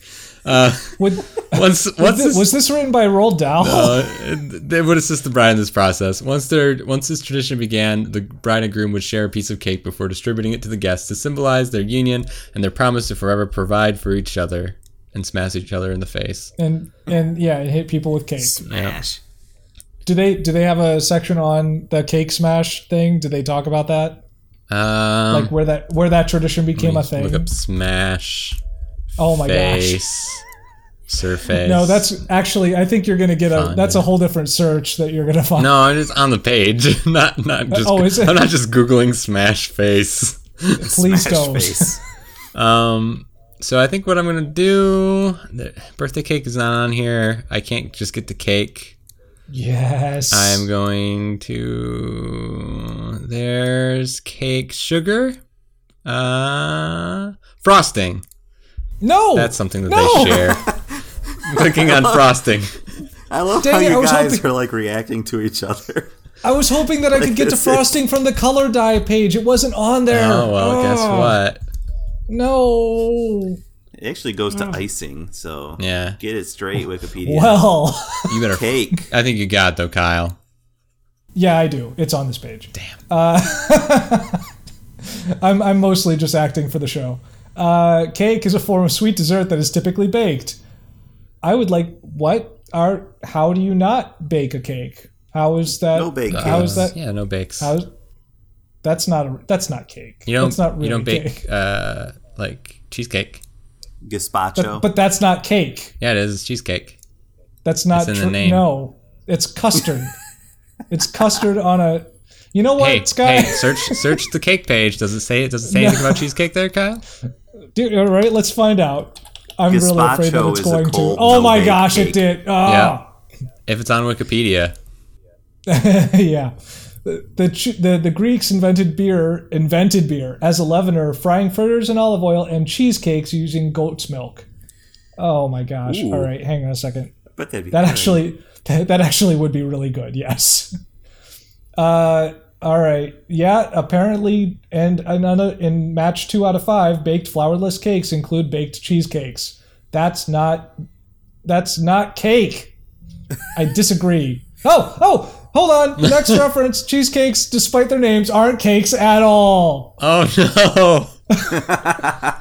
A: Uh, [laughs]
C: Would,
A: once once this-
C: was this written by Roald Dahl?
A: uh, they would assist the bride in this process. Once their once this tradition began, the bride and groom would share a piece of cake before distributing it to the guests to symbolize their union and their promise to forever provide for each other and smash each other in the face.
C: And and yeah, and hit people with cake.
B: Smash.
C: Do they do they have a section on the cake smash thing? Do they talk about that?
A: Um,
C: Like where that where that tradition became a thing?
A: look up smash
C: oh my gosh.
A: face surface.
C: No, that's actually. I think you're going to get a.
A: Fine,
C: That's a whole different search that you're going to find.
A: no. I'm just on the page, [laughs] not not just.
C: oh, is it?
A: I'm not just googling smash face.
C: [laughs] Please
B: Smash
C: don't.
B: face.
A: Um, so I think what I'm gonna do. The birthday cake is not on here. I can't just get the cake.
C: Yes.
A: I'm going to. There's cake sugar. Uh, frosting.
C: no.
A: That's something that
C: No!
A: they share.
C: [laughs]
A: Clicking on frosting.
B: I love
C: Dang
B: how
C: it, I
B: you
C: was
B: guys
C: hoping-
B: are like reacting to each other.
C: I was hoping that I could get to
B: This is-
C: frosting from the color dye page. It wasn't on there.
A: Oh well, guess
C: Ah,
A: what?
C: No.
B: It actually goes
C: Hmm.
B: to icing, so
A: Yeah,
B: get it
C: [laughs]
B: straight, Wikipedia.
C: Well, [laughs]
A: you better.
B: Cake.
A: I think you got it though, Kyle.
C: yeah, I do. It's on this page. Damn. Uh, [laughs] I'm I'm mostly just acting for the show. Uh, cake is a form of sweet dessert that is typically baked. I would like what are how do you not bake a cake? How is that?
B: No bake
C: How is
A: Yes.
C: that?
A: Yeah, no bakes.
C: How is, that's not a, that's not cake.
A: you don't.
C: that's not really
A: you don't bake
C: cake.
A: uh like cheesecake.
B: Gazpacho.
C: [laughs] But that's not cake.
A: Yeah, it is it's cheesecake.
C: That's not
A: in the
C: true.
A: name.
C: No, it's
A: [laughs]
C: custard. it's custard on a. You know what,
A: hey,
C: Sky?
A: hey, search search the cake page. Does it say it? Does it say
C: [laughs]
A: anything about cheesecake there, Kyle?
C: Dude, all right, let's find out. I'm really afraid that
B: Gazpacho
C: it's
B: is a
C: going to.
B: cold,
C: Oh my
B: no-bake
C: gosh, it
B: cake.
C: did. Ah,
A: If it's on Wikipedia,
C: [laughs] yeah. The, the Ch- the the Greeks invented beer invented beer as a leavener, frying fritters in olive oil and cheesecakes using goat's milk. Oh my gosh!
B: Ooh.
C: All right, hang on a second.
B: But that'd be
C: That
A: Hmm.
B: good.
C: actually that, that actually would be really good. Yes. [laughs] Uh, all right. Yeah. Apparently, and another in match two out of five, baked flourless cakes include baked cheesecakes. That's not that's not cake.
A: [laughs]
C: I disagree. Oh oh. Hold on. Next reference: cheesecakes, despite their names, aren't cakes at all.
A: oh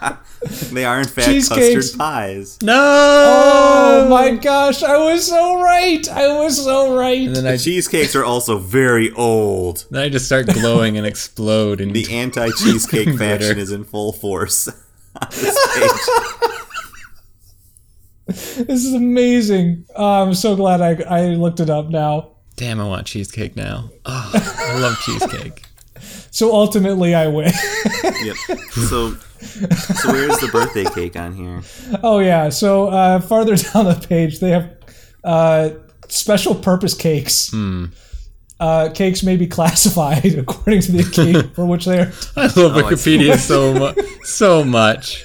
B: [laughs]
A: [laughs]
B: they are in fact
C: Cheesecakes.
B: custard pies.
A: no, no.
C: Oh my gosh! I was so right. I was so right.
A: And then I
B: Cheesecakes are also very old.
A: then I just start glowing [laughs] and explode and
B: The
C: [laughs]
B: anti-cheesecake faction
A: Bitter.
B: is in full force. [laughs] on this page.
C: This is amazing. Oh, I'm so glad I, I looked it up now.
A: damn, I want cheesecake now. Oh, I love cheesecake.
C: So ultimately, I win. [laughs]
B: yep. So, so where's the birthday cake on here?
C: oh yeah. So uh, farther [laughs] down the page, they have uh, special purpose cakes.
B: Hmm.
C: Uh, cakes may be [laughs] classified according to
B: [laughs]
C: the cake for which they are.
A: [laughs] I love
B: I see.
A: Wikipedia so much, so much.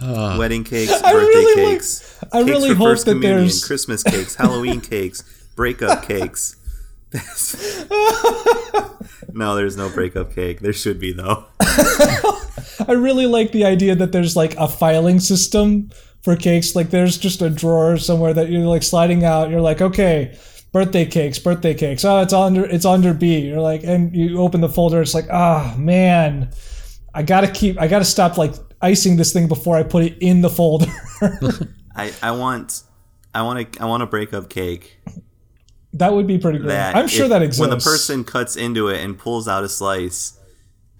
B: Wedding cakes, birthday
C: Uh, really like-
B: cakes,
C: I
B: cakes
C: really
B: for
C: hope
B: first
C: that
B: communion,
C: there's.
B: Christmas cakes, Halloween cakes,
C: [laughs]
B: breakup cakes. That's- [laughs] no, there's no breakup cake. There should be though.
C: I really like the idea that there's like a filing system for cakes. Like there's just a drawer somewhere that you're like sliding out. You're like, okay, birthday cakes, birthday cakes. Oh, it's under it's under B. You're like, and you open the folder. It's like, ah, man, I gotta keep. I gotta stop like icing this thing before I put it in the folder. [laughs]
B: I, I want I want to I want to break up cake
C: that would be pretty great.
B: that
C: I'm sure
B: if-
C: that exists.
B: when the person cuts into it and pulls out a slice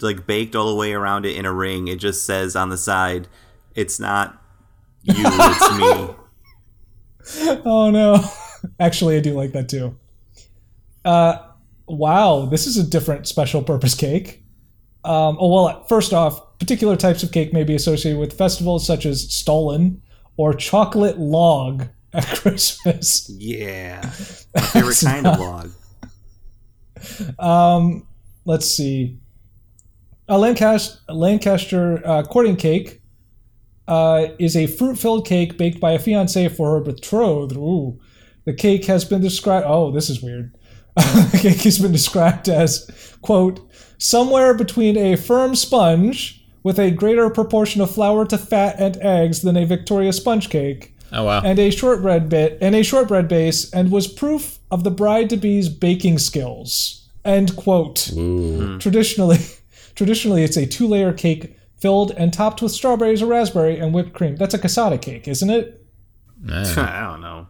B: like baked all the way around it in a ring it just says on the side it's not you it's
C: [laughs]
B: me
C: Oh no. [laughs] Actually, I do like that too. Uh, wow, this is a different special purpose cake. Um, oh well, first off, particular types of cake may be associated with festivals such as Stollen or chocolate log at [laughs] Christmas. [laughs]
B: yeah my favorite kind of log
C: Um, let's see. A Lancaster, Lancaster uh, courting cake uh, is a fruit-filled cake baked by a fiancée for her betrothed. Ooh. The cake has been described. Oh, this is weird. [laughs] the cake has been described as quote somewhere between a firm sponge with a greater proportion of flour to fat and eggs than a Victoria sponge cake
A: Oh wow.
C: and a shortbread bit and a shortbread base and was proof of the bride to be's baking skills. End quote.
B: Mm-hmm.
A: Ooh.
C: Traditionally, [laughs] traditionally it's a two-layer cake filled and topped with strawberries or raspberry and whipped cream. That's a casata cake, isn't it?
A: Ah.
B: [laughs] i don't know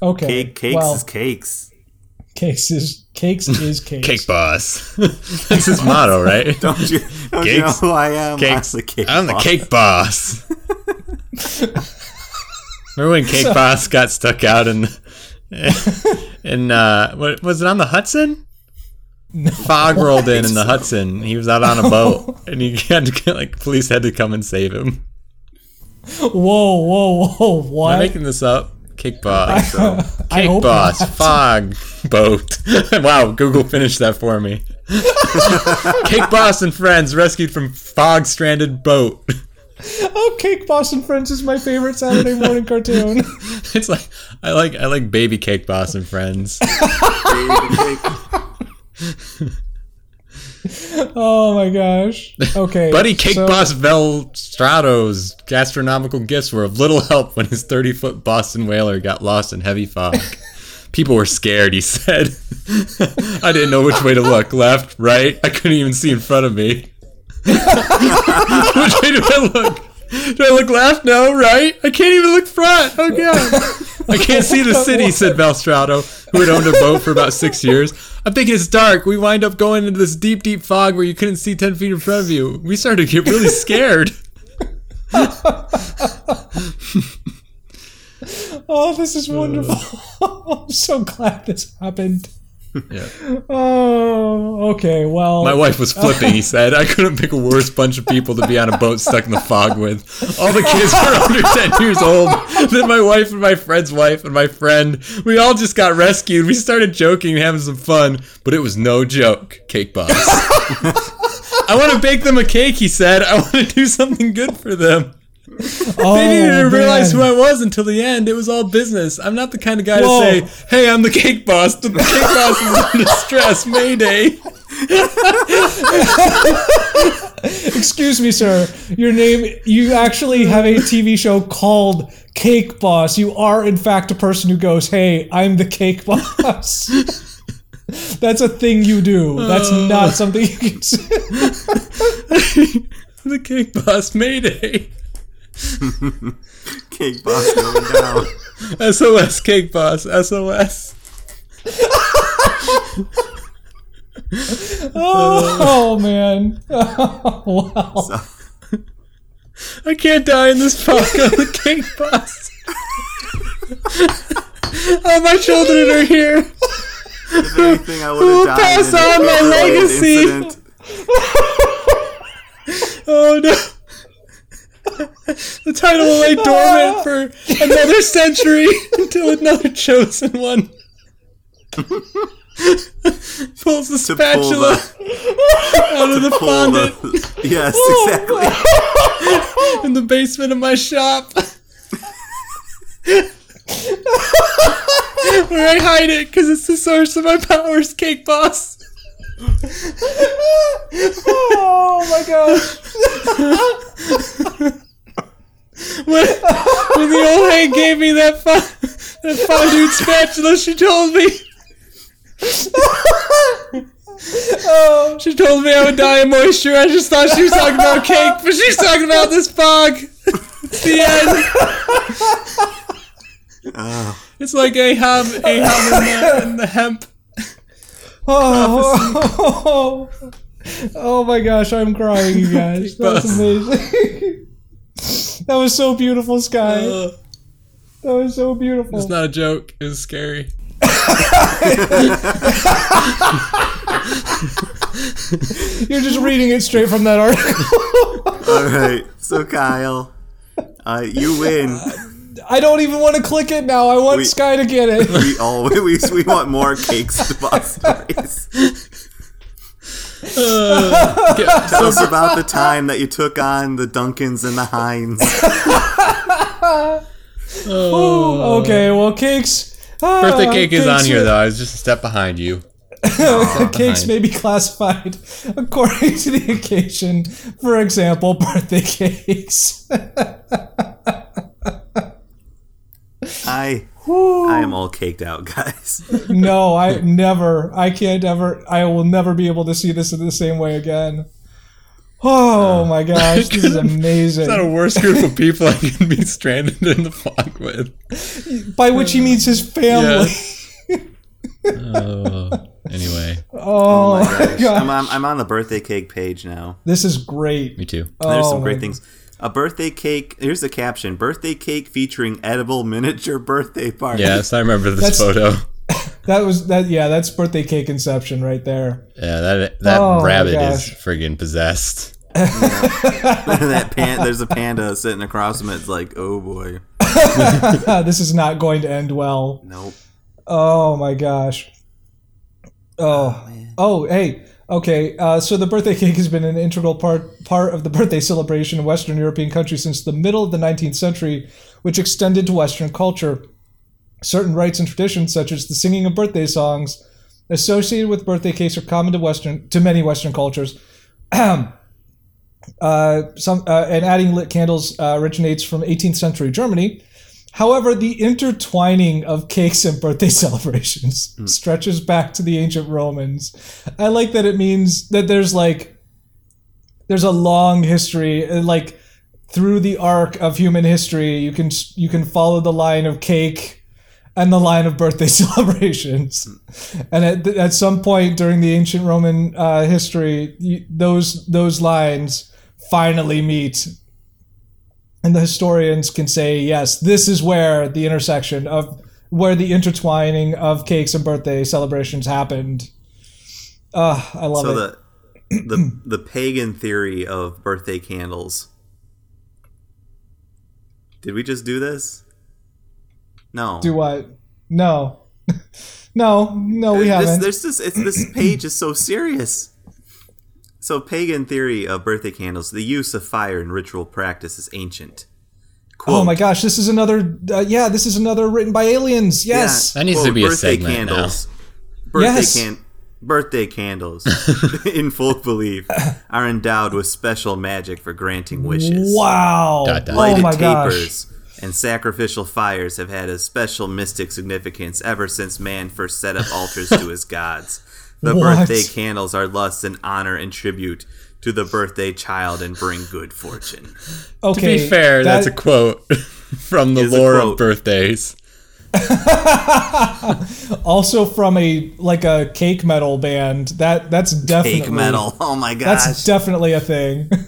C: Okay.
B: cake cakes
C: well,
B: is cakes [laughs]
C: cakes is cakes is cakes.
A: Cake [laughs] boss. That's his motto, right? [laughs]
B: don't you, don't you know
A: Cakes.
B: who i am
A: Cakes.
B: I'm the cake
A: I'm the
B: boss.
A: cake
C: [laughs]
A: boss. Remember when Cake Boss got stuck out in in uh what was it on the Hudson? Fog rolled
C: [laughs]
A: in in the Hudson. He was out on a boat and he had to get, like police had to come and save him.
C: Whoa, whoa, whoa! What?
A: Am I making this up? Cake Boss.
B: so
C: I
A: Cake
C: hope
A: Boss.
C: not.
A: Fog boat. [laughs] wow, Google finished that for
C: [laughs]
A: me. Cake Boss and friends rescued from fog stranded boat.
C: [laughs] Oh, Cake Boss and Friends is my favorite
B: [laughs]
C: Saturday morning cartoon.
A: [laughs] It's like I like I like baby cake boss and friends.
C: Oh my gosh. Okay,
A: Buddy cake
C: so-
A: boss Velstrado's gastronomical gifts were of little help when his 30 foot Boston whaler got lost in heavy fog. People were scared, he said. [laughs] I didn't know which way to look left, right. I couldn't even see in front of me. [laughs] which way do I look? Do I look left? No, right? I can't even look front. Oh, God. I can't see the city, said Valstrado, who had owned a boat for about six years. I'm thinking it's dark. We wind up going into this deep, deep fog where you couldn't see 10 feet in front of you. We started to get really scared.
C: Oh, this
A: Uh.
C: is wonderful. [laughs] I'm so glad this happened.
A: [laughs] Yeah.
C: Oh, okay. Well,
A: My wife was flipping, he said. I couldn't pick a worse bunch of people to be on a boat stuck in the fog with. All the kids were [laughs] under 10 years old. Then my wife and my friend's wife and my friend, we all just got rescued. We started joking and having some fun, but it was no joke. Cake boss. [laughs] I want to bake them a cake, he said. I want to do something good for them.
C: oh,
A: They didn't even realize who
C: man.
A: I was until the end. It was all business. I'm not the kind of guy
C: Whoa.
A: to say, hey, I'm the cake boss. The cake boss is under stress. Mayday.
C: Excuse me, sir. Your name. You actually have a TV show called Cake Boss. You are, in fact, a person who goes, "Hey, I'm the Cake Boss." [laughs] That's a thing you do. That's
A: Oh.
C: not something you can say.
A: the cake boss mayday
B: cake boss going down [laughs]
A: sos cake boss sos Uh.
C: [laughs] Oh man. [laughs] wow.
A: i can't die in this fog i'm the cake boss [laughs] all my children are here
B: if anything i would have died
A: pass
B: in a
A: on my
B: Kool-Aid
A: legacy.
B: incident.
A: oh no the title will lay dormant for another century [laughs] until another chosen one [laughs] pulls the
B: to pull
A: spatula [laughs] out of the
B: pull
A: fondant
B: the- [laughs] yes, exactly.
A: in the basement of my shop. Where I hide it because it's the source of my powers, Cake Boss.
C: Oh my gosh.
A: when, when the old lady gave me that fun, that fondue spatula, she told me
C: Oh,
A: she told me I would die of moisture. I just thought she was talking about cake, but she's talking about this fog. It's the end.
B: Oh.
A: It's like Ahab, Ahab and the, and the hemp.
C: oh, [laughs] oh, oh my gosh, I'm crying, you
A: [laughs]
C: guys. That's
A: Bus.
C: amazing. [laughs] that was so beautiful, Sky.
A: Uh,
C: that was so beautiful.
A: it's not a joke. It was scary.
C: You're just reading it straight from that article. [laughs]
B: All right. So Kyle, uh, you win.
C: I don't even want to click it now. I want
B: We-
C: Sky to
A: [laughs]
C: get
A: Uh,
C: it.
B: We all we, we want more cakes to boss stories.
A: Uh, get-
B: Tell us about the time that you took on the Duncans and the Hines.
A: oh.
C: okay, well, cakes. ah,
A: Birthday cake is on
C: cakes-
A: here though. I was just a step behind
C: [laughs]
A: you.
C: Cakes
A: behind.
C: may be classified [laughs] according to the occasion. For example, [laughs] birthday cakes.
B: I I am all caked out, guys.
C: no, I never. I can't ever. I will never be able to see this in the same way again. Oh my gosh, this is amazing.
A: It's not a worse group of people I can be stranded in the fog with.
C: By which he means his family.
A: Oh. Anyway,
C: [laughs] Oh,
B: Oh
C: my
B: my
C: gosh.
B: gosh. I'm, on, I'm on the birthday cake page now.
C: This is great.
A: me too.
B: There's
C: Oh
B: some great
C: my-
B: things. A birthday cake. Here's the caption: birthday cake featuring edible miniature birthday party.
A: Yes, I remember this
C: That's-
A: photo.
C: That was that. Yeah, that's birthday cake inception right there. [laughs]
A: Yeah, that that
C: Oh my
A: rabbit is
C: gosh.
A: friggin' possessed.
B: [laughs] that pan. There's a panda sitting across from it. It's like, oh boy.
C: this is not going to end well.
B: Nope.
C: Oh my gosh. Oh. Oh, hey. Okay. Uh, so the birthday cake has been an integral part part of the birthday celebration in Western European countries since the middle of the 19th century, which extended to Western culture. Certain rites and traditions, such as the singing of birthday songs, associated with birthday cakes, are common to Western to many Western cultures. [clears throat] uh, some uh, and adding lit candles uh, originates from 18th century Germany. However, the intertwining of cakes and birthday [laughs] celebrations stretches back to the ancient Romans. I like that it means that there's like there's a long history uh, like through the arc of human history you can you can follow the line of cake and the line of birthday [laughs] celebrations. And at, at some point during the ancient Roman uh, history, you, those those lines finally meet and the historians can say yes this is where the intersection of where the intertwining of cakes and birthday celebrations happened Ah, i love
B: So
C: it
B: the
C: [clears throat]
B: the the pagan theory of birthday candles. Did we just do this? No.
C: do what no [laughs] no no we
B: This-
C: haven't
B: There's this. It's,
C: [clears throat]
B: this page is so serious. So, pagan theory of birthday candles. The use of fire in ritual practice is ancient. Quote,
C: oh my gosh this is another uh, yeah this is another written by aliens yes
A: That needs to
B: quote,
A: be a
B: birthday
A: segment
B: candles. Birthday
C: Yes.
B: can
A: [laughs]
B: birthday candles, [laughs] in folk belief, are endowed with special magic for granting wishes.
C: wow
A: Dot, dot.
C: oh
B: Lighted
C: my gosh
B: tapers and sacrificial fires have had a special mystic significance ever since man first set up altars to his gods. The
C: [laughs] What?
B: birthday candles are thus an honor and tribute to the birthday child and bring good fortune.
A: To
C: okay
A: be fair, that's a
C: that-
A: quote [laughs] from the
B: Is a
A: lore of
B: quote.
A: birthdays.
C: also from a like a cake metal band that that's definitely
B: Cake metal. [laughs] Oh my gosh.
C: That's definitely a thing. [laughs]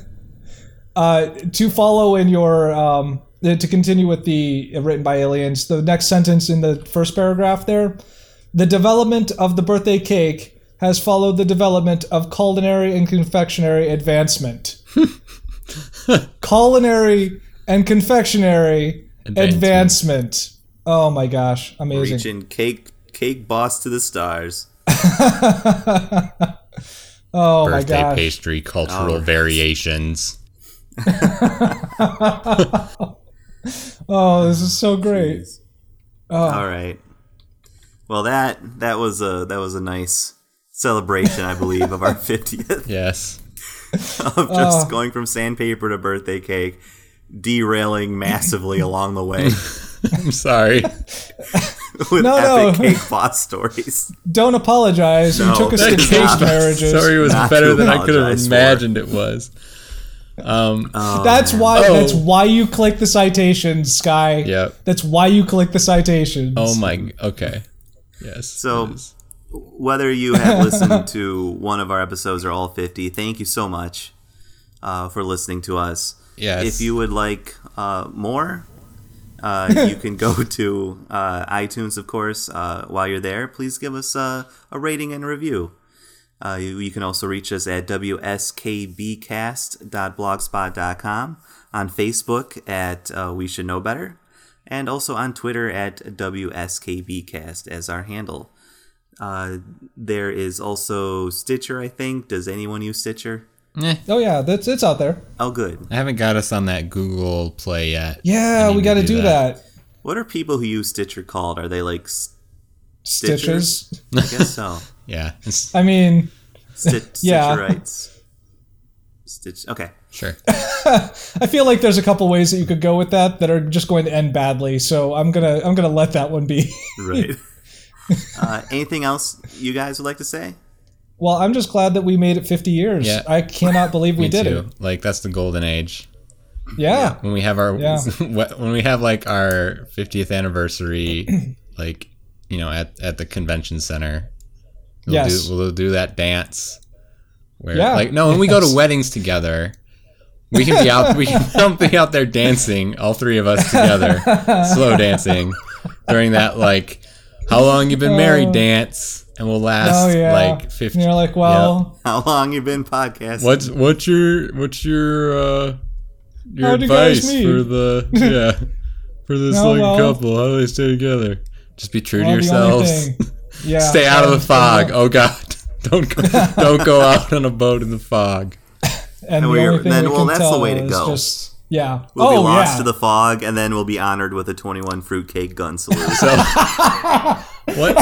C: Uh, to follow in your um, uh, to continue with the uh, written by aliens, the next sentence in the first paragraph there, the development of the birthday cake has followed the development of culinary and
A: [laughs]
C: confectionery advancement. culinary and confectionery
A: Advancement.
C: advancement. Oh my gosh, amazing.
B: Reaching cake cake boss to the stars.
C: Oh my
A: Birthday
C: gosh.
A: pastry cultural
B: Oh.
A: variations.
C: Oh, this is so great.
B: Jeez.
C: Oh.
B: All right. Well, that that was a that was a nice celebration, I believe, of our [laughs] fiftieth.
A: Yes.
C: Oh.
B: of just going from sandpaper to birthday cake. derailing
C: [laughs]
B: massively along the way [laughs]
A: I'm sorry.
B: with
C: No, no.
B: epic cake boss stories.
C: Don't apologize. you
B: No,
C: took us
B: that
C: to
B: is
C: cage
B: not-
A: [laughs]
C: marriages.
A: Sorry was
B: Not
A: better
B: to
A: than I could have
B: apologize for.
A: imagined it was. Um,
B: Oh,
C: That's
B: man.
C: why.
A: Oh.
C: That's why you click the citation, Sky.
A: Yep.
C: That's why you click the citations.
A: oh my. Okay. Yes.
B: So-
A: it is.
B: Whether you have listened to one of our episodes or all 50, thank you so much uh, for listening to us.
A: yeah.
B: If you would like uh, more, uh, [laughs] you can go to uh, iTunes, of course. Uh, while you're there, please give us a, a rating and a review. Uh, you, you can also reach us at wskbcast.blogspot.com, on Facebook at uh, We Should Know Better, and also on Twitter at wskbcast as our handle. Uh, there is also Stitcher, I think. Does anyone use Stitcher?
A: Eh,
C: Oh yeah, that's it's out there.
B: Oh, good.
A: I haven't got us on that Google Play yet.
C: Yeah,
A: need
C: we
A: to
C: got to
A: do
C: do,
A: that.
C: that.
B: What are people who use Stitcher called? Are they like? s-
C: Stitchers. [laughs]
B: I guess so.
A: Yeah. it's-
C: I mean, [laughs]
B: Stitch,
C: Yeah.
B: Stitcherites. Stitch.
C: [laughs]
B: Okay.
A: sure.
C: I feel like there's a couple ways that you could go with that that are just going to end badly. So I'm gonna I'm gonna let that one be. [laughs]
B: Right. uh, anything else you guys would like to say?
C: well, I'm just glad that we made it 50 years.
A: Yeah.
C: I cannot believe we
A: [laughs] Me
C: did
A: too.
C: it.
A: Like that's the golden age.
C: Yeah.
A: when we have our [laughs]
C: Yeah.
A: when we have like our 50th
C: [clears throat]
A: anniversary like you know at at the convention center we'll
C: Yes.
A: do we'll do that dance where
C: Yeah.
A: like no when we go to
C: Yes.
A: weddings together we can be out we can [laughs] be out there dancing all three of us
C: [laughs]
A: together slow dancing during that like how long you been married
C: Oh.
A: dance and we'll last
C: Oh, yeah.
A: like 50
C: And you're like, well,
B: How long you been podcasting?
A: What's what's your what's your uh your
C: How'd you guys
A: advice
C: meet?
A: for the
C: [laughs]
A: yeah for this
C: Oh,
A: like
C: well.
A: couple? How do they stay together? Just be true to
C: well, the only
A: yourselves.
C: thing.
A: [laughs]
C: Yeah.
A: Stay out of the
C: and-
A: fog. Oh God, [laughs] don't go, don't go out on a boat in the fog.
B: And
C: And, the
B: we're-
C: only thing
B: then,
C: we
B: well,
C: can
B: that's the
C: tell
B: way to
C: is
B: go.
C: Just, yeah.
B: We'll
C: oh
B: be lost
C: yeah.
B: to the fog, and then we'll be honored with a 21 fruitcake gun salute.
C: [laughs]
A: So what?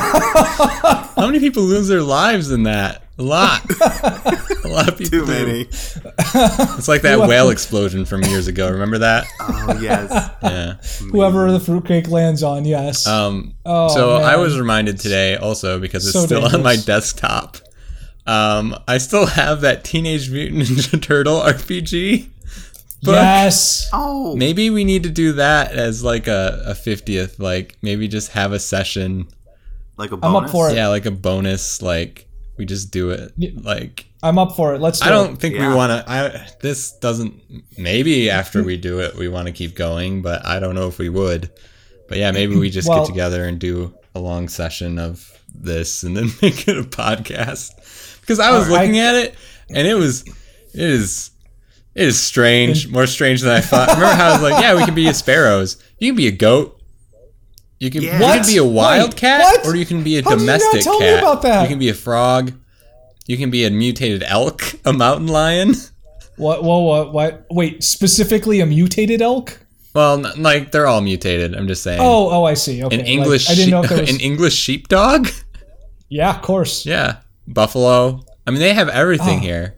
A: How many people lose their lives in that? A lot. A lot of people.
B: Too
A: do.
B: many.
A: It's like that whale explosion from years ago. Remember that?
B: Oh yes.
C: [laughs]
A: Yeah.
C: Whoever the fruitcake lands on, yes.
A: Um,
C: Oh,
A: so I
C: man.
A: was reminded today also because it's
C: So
A: still on my
C: dangerous.
A: desktop. Um, I still have that Teenage Mutant Ninja [laughs] Turtle RPG. book.
C: yes.
B: Oh.
A: Maybe we need to do that as like a, a 50th, like maybe just have a session.
B: Like a
C: I'm
B: bonus.
C: up for it.
A: Yeah, like a bonus, like we just do it. Like
C: I'm up for it. Let's do
A: I don't think
B: Yeah.
A: we want to I this doesn't maybe after we do it we want to keep going, but I don't know if we would. But yeah, maybe we just
C: Well-
A: get together and do a long session of this and then [laughs] make it a podcast. Because I was
C: Alright.
A: looking at it and it was it is it is strange, more strange than I thought. Remember how I was like, yeah, we can be a sparrows. You can be a goat. You can,
B: Yeah.
A: you can
B: What?
A: be a
C: Wait,
A: wildcat,
C: what?
A: or you can be a
C: How did you not
A: domestic
C: tell me
A: cat.
C: about that?
A: You can be a frog. You can be a mutated elk, a mountain lion. [laughs]
C: it. What? Whoa, what? What? Wait. Specifically, a mutated elk?
A: Well, n- like they're all mutated. I'm just saying.
C: Oh, oh, I see. Okay.
A: an
C: like,
A: English,
C: I
A: [laughs]
C: didn't know if
A: sheep-
C: there was.
A: an English sheepdog.
C: yeah, of course.
A: Yeah, buffalo. I mean, they have everything
C: Oh.
A: here.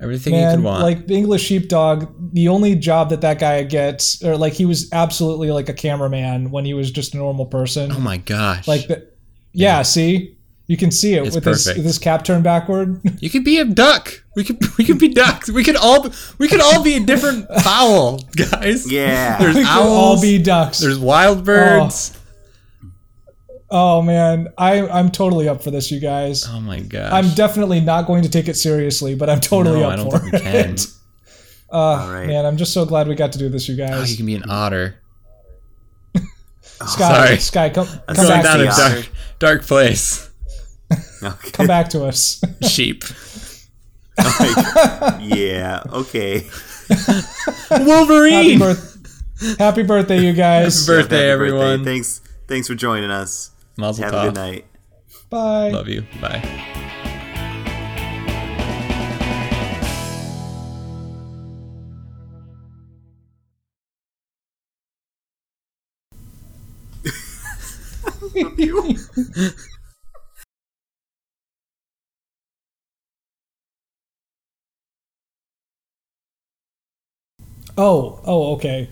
A: Everything you
C: Man,
A: could want.
C: like the English sheepdog, the only job that that guy gets, or like he was absolutely like a cameraman when he was just a normal person.
A: oh my gosh!
C: like the, yeah, see, you can see it
A: It's
C: with his,
A: perfect.
C: with his cap turned backward.
A: [laughs]
C: [laughs]
A: you could be a duck. We could [laughs] we could be ducks. We could all we could all be a
C: [laughs]
A: different fowl, guys.
B: Yeah.
A: There's
C: we could all
A: owls.
C: be ducks.
A: There's wild birds.
C: oh man, I I'm totally up for this, you guys.
A: Oh, my gosh!
C: I'm definitely not going to take it seriously, but I'm totally
A: No,
C: up
A: I don't
C: for
A: think
C: it.
A: we can.
C: [laughs] Uh,
B: All right.
C: Man, I'm just so glad we got to do this, you
A: Oh, you
C: guys.
A: can be an otter.
B: Oh,
C: Sky,
A: sorry.
C: Sky, come
B: That's
C: come
A: Going
C: back,
A: down
C: to
A: a
B: the
C: us.
B: dark-
A: dark, dark
C: [laughs]
A: place.
B: Okay.
C: come back
A: [laughs]
C: to us.
A: Sheep.
B: [laughs]
C: [laughs]
B: Like, yeah. Okay.
C: Happy
A: Wolverine.
C: birth. Happy birthday, you guys.
A: Happy birthday,
B: Happy
A: everyone.
B: Thanks. Thanks for joining us.
A: Mazel
B: Have a good
A: tov.
B: night.
C: Bye.
A: Love you. Bye.
C: Oh, oh, okay.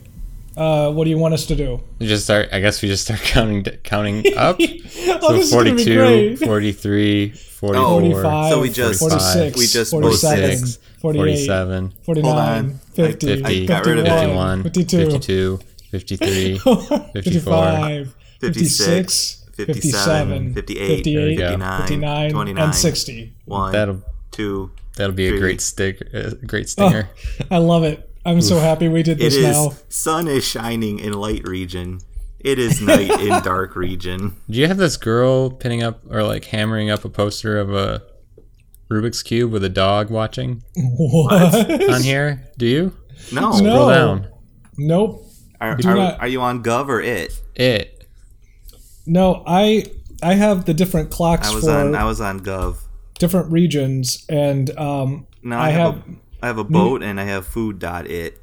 C: Uh, what do you want us to do?
A: We just start. I guess we just start [laughs] counting
C: [laughs]
A: counting up.
C: oh,
A: [laughs] so
C: this is gonna be great.
A: 42, 43, 44,
B: Oh,
C: 45,
B: So we just-
C: 46,
B: we just
C: 47,
A: 46,
C: 48,
A: 47,
C: 49,
B: on.
C: 50,
B: I-
A: 50,
B: got rid of
A: 51,
C: 52,
A: 52, 53.
C: [laughs] 55, 56,
B: 56,
C: 57,
B: 58,
C: 58,
A: There we go.
C: 59,
B: 29,
C: and 60.
B: One,
A: That'll
B: two.
A: that'll be a
B: Three.
A: great stick, uh, great stinger.
C: I love it. I'm so happy we did
B: It
C: this
B: is
C: now. [laughs]
B: sun is shining in light region. It is night in
C: [laughs]
B: dark region.
A: Do you have this girl pinning up or like hammering up a poster of a Rubik's cube with a dog watching
C: What?
A: on here? Do you?
B: No,
C: No.
A: Roll down.
C: Nope.
B: Are,
C: Do
B: are,
C: not-
B: are you on Gov or it?
A: It.
C: No, I I have the different clocks
B: I was
C: for
B: on. I was on Gov.
C: different regions, and um,
B: No,
C: I
B: I, have.
C: have-
B: a, I have a boat and I have food. Dot it.